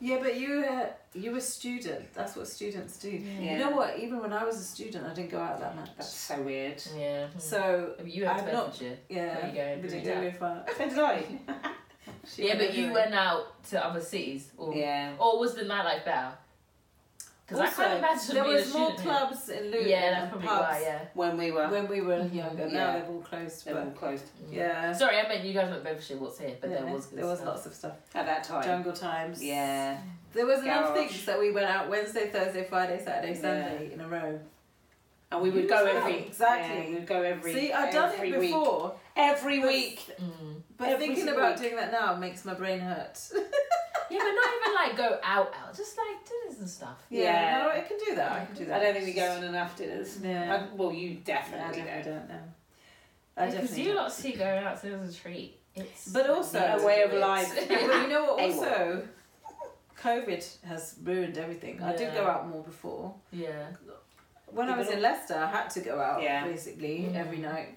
Yeah, but you uh, you were a student. That's what students do. Yeah. You know what? Even when I was a student, I didn't go out that much. That's so weird. (laughs) yeah. So But you went to I'm not- Bedfordshire. Where yeah, you going? we didn't Who go you very far. So did (laughs) I. She Yeah, but you everywhere. went out to other cities. Or, Yeah. Or was the nightlife better? Because I Also, can't imagine there being a was more student here. clubs in Luton Yeah, that's and probably pubs why. Yeah. When we were, when we were younger. Now Yeah. they've all closed. they were But closed yeah. Sorry, I meant you guys went Bedfordshire. What's here? But there Yeah, was good there was stuff. lots of stuff. at that time. Jungle times. Yeah, There was enough Garage. things that we went out Wednesday, Thursday, Friday, Saturday, Yeah. Sunday in a row. and we would You go as well, every exactly. Yeah, we'd go every. See, I've done every it before, Week. Every but- week. but Every thinking single about week. doing that now makes my brain hurt. (laughs) Yeah, but not even like go out, out. Just like dinners and stuff. yeah, Yeah. no, I can do that. I can do I that. don't think we go on enough dinners. Yeah. I- well, you I definitely definitely don't. don't know. I Because definitely. you don't. lot see going out so it was a treat. It's But also- A way of life. Well, you know what? AWOL. Also, COVID has ruined everything. I did Yeah. go out more before. yeah. (laughs) When I was in Leicester, I had to go out Yeah. basically every night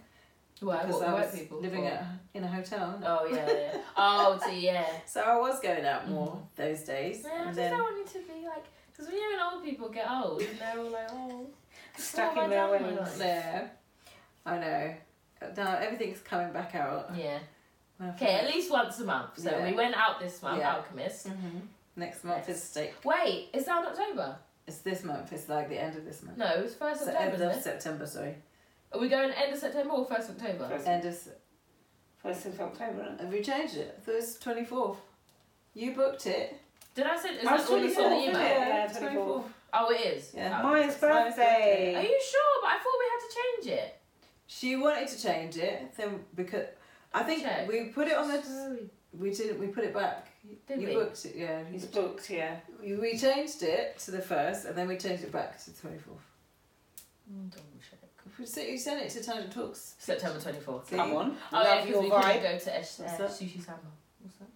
Why? because What, I white was people living Or- at, in a hotel. Oh yeah. yeah. Oh, so yeah. So I was going out more those days. Yeah, I and just then, don't want you to be like, because when you and old people get old, and they're all like, oh, Stuck What in have I their done with my ways. life? (laughs) there, I know. Now everything's coming back out. yeah. Well, Okay, at least once a month. So Yeah. we went out this month, Yeah. Alchemist. Next month is steak. Wait, is that in October? It's this month. It's like the end of this month. No, it's first So October. end Isn't of it? September. Sorry. Are we going end of September or first October? First- End of. Se- First of October, isn't it? Have you changed it? I thought it was twenty fourth. You booked it. Did I send? Is I was that all you saw in the email? 24th, isn't it? Yeah, Yeah, 24th. 24th. Oh, it is. Yeah. Oh. Maya's Are birthday. you sure? But I thought we had to change it. She wanted to change it, then because I think Check. we put it on the. We didn't. We put it back. Did you we? booked it, yeah. He's booked, yeah. We changed it to the first, and then we changed it back to the twenty fourth. Mm, Double check. You said you sent it to Tangent Talks. September 24th. See? Come on. Oh, yeah, Love because your we couldn't vibe. go to Esh- uh, What's that? Sushi Sama. What's that?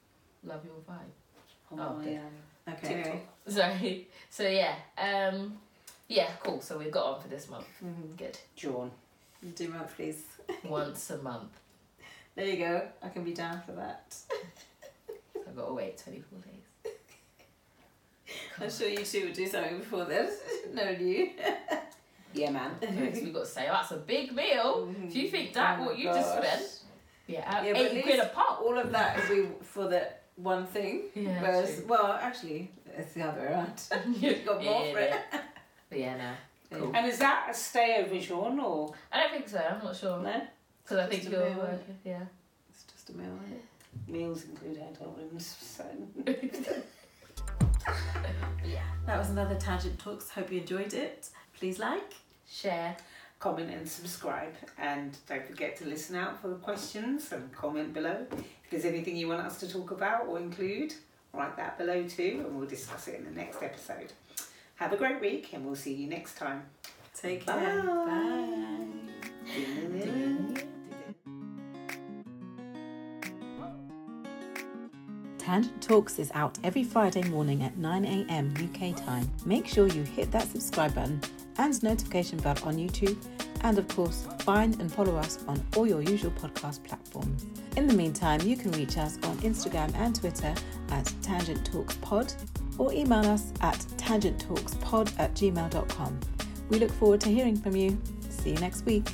Love your vibe. Oh, yeah. Okay. TikTok. Sorry. (laughs) So yeah, um, yeah, cool. So we've got on for this month. (laughs) Good. John. Mm-hmm. Do monthlies. Once a month. There you go. I can be down for (laughs) that. I've got to wait 24 (laughs) days. I'm sure you two would do something before then. (laughs) no you. Yeah, man. Okay, so we've got to say, that's a big meal. If you think that, Oh my what you just gosh. spent, yeah, um, Yeah, but at eight quid a least (laughs) pop. All of that is we for the one thing. Yeah, Whereas, true. well, actually, it's the other way around. You've (laughs) got more for it. But yeah, no. Cool. And is that a stay over, John, or? I don't think so. I'm not (laughs) sure. No? Because I Just think a you're meal, working. Yeah. It's just a meal. isn't it? Meals include hotel rooms. So. That was another Tangent Talks. Hope you enjoyed it. Please like. Share. Comment and subscribe, and don't forget to listen out for the questions and comment below. If there's anything you want us to talk about or include, write that below too, and we'll discuss it in the next episode. Have a great week, and we'll see you next time. Take care. Bye. Bye. Tangent Talks is out every Friday morning at 9am UK time. Make sure you hit that subscribe button and notification bell on YouTube, and of course, find and follow us on all your usual podcast platforms. In the meantime, you can reach us on Instagram and Twitter at Tangent Talks Pod or email us at tangenttalkspod at gmail.com. We look forward to hearing from you. See you next week.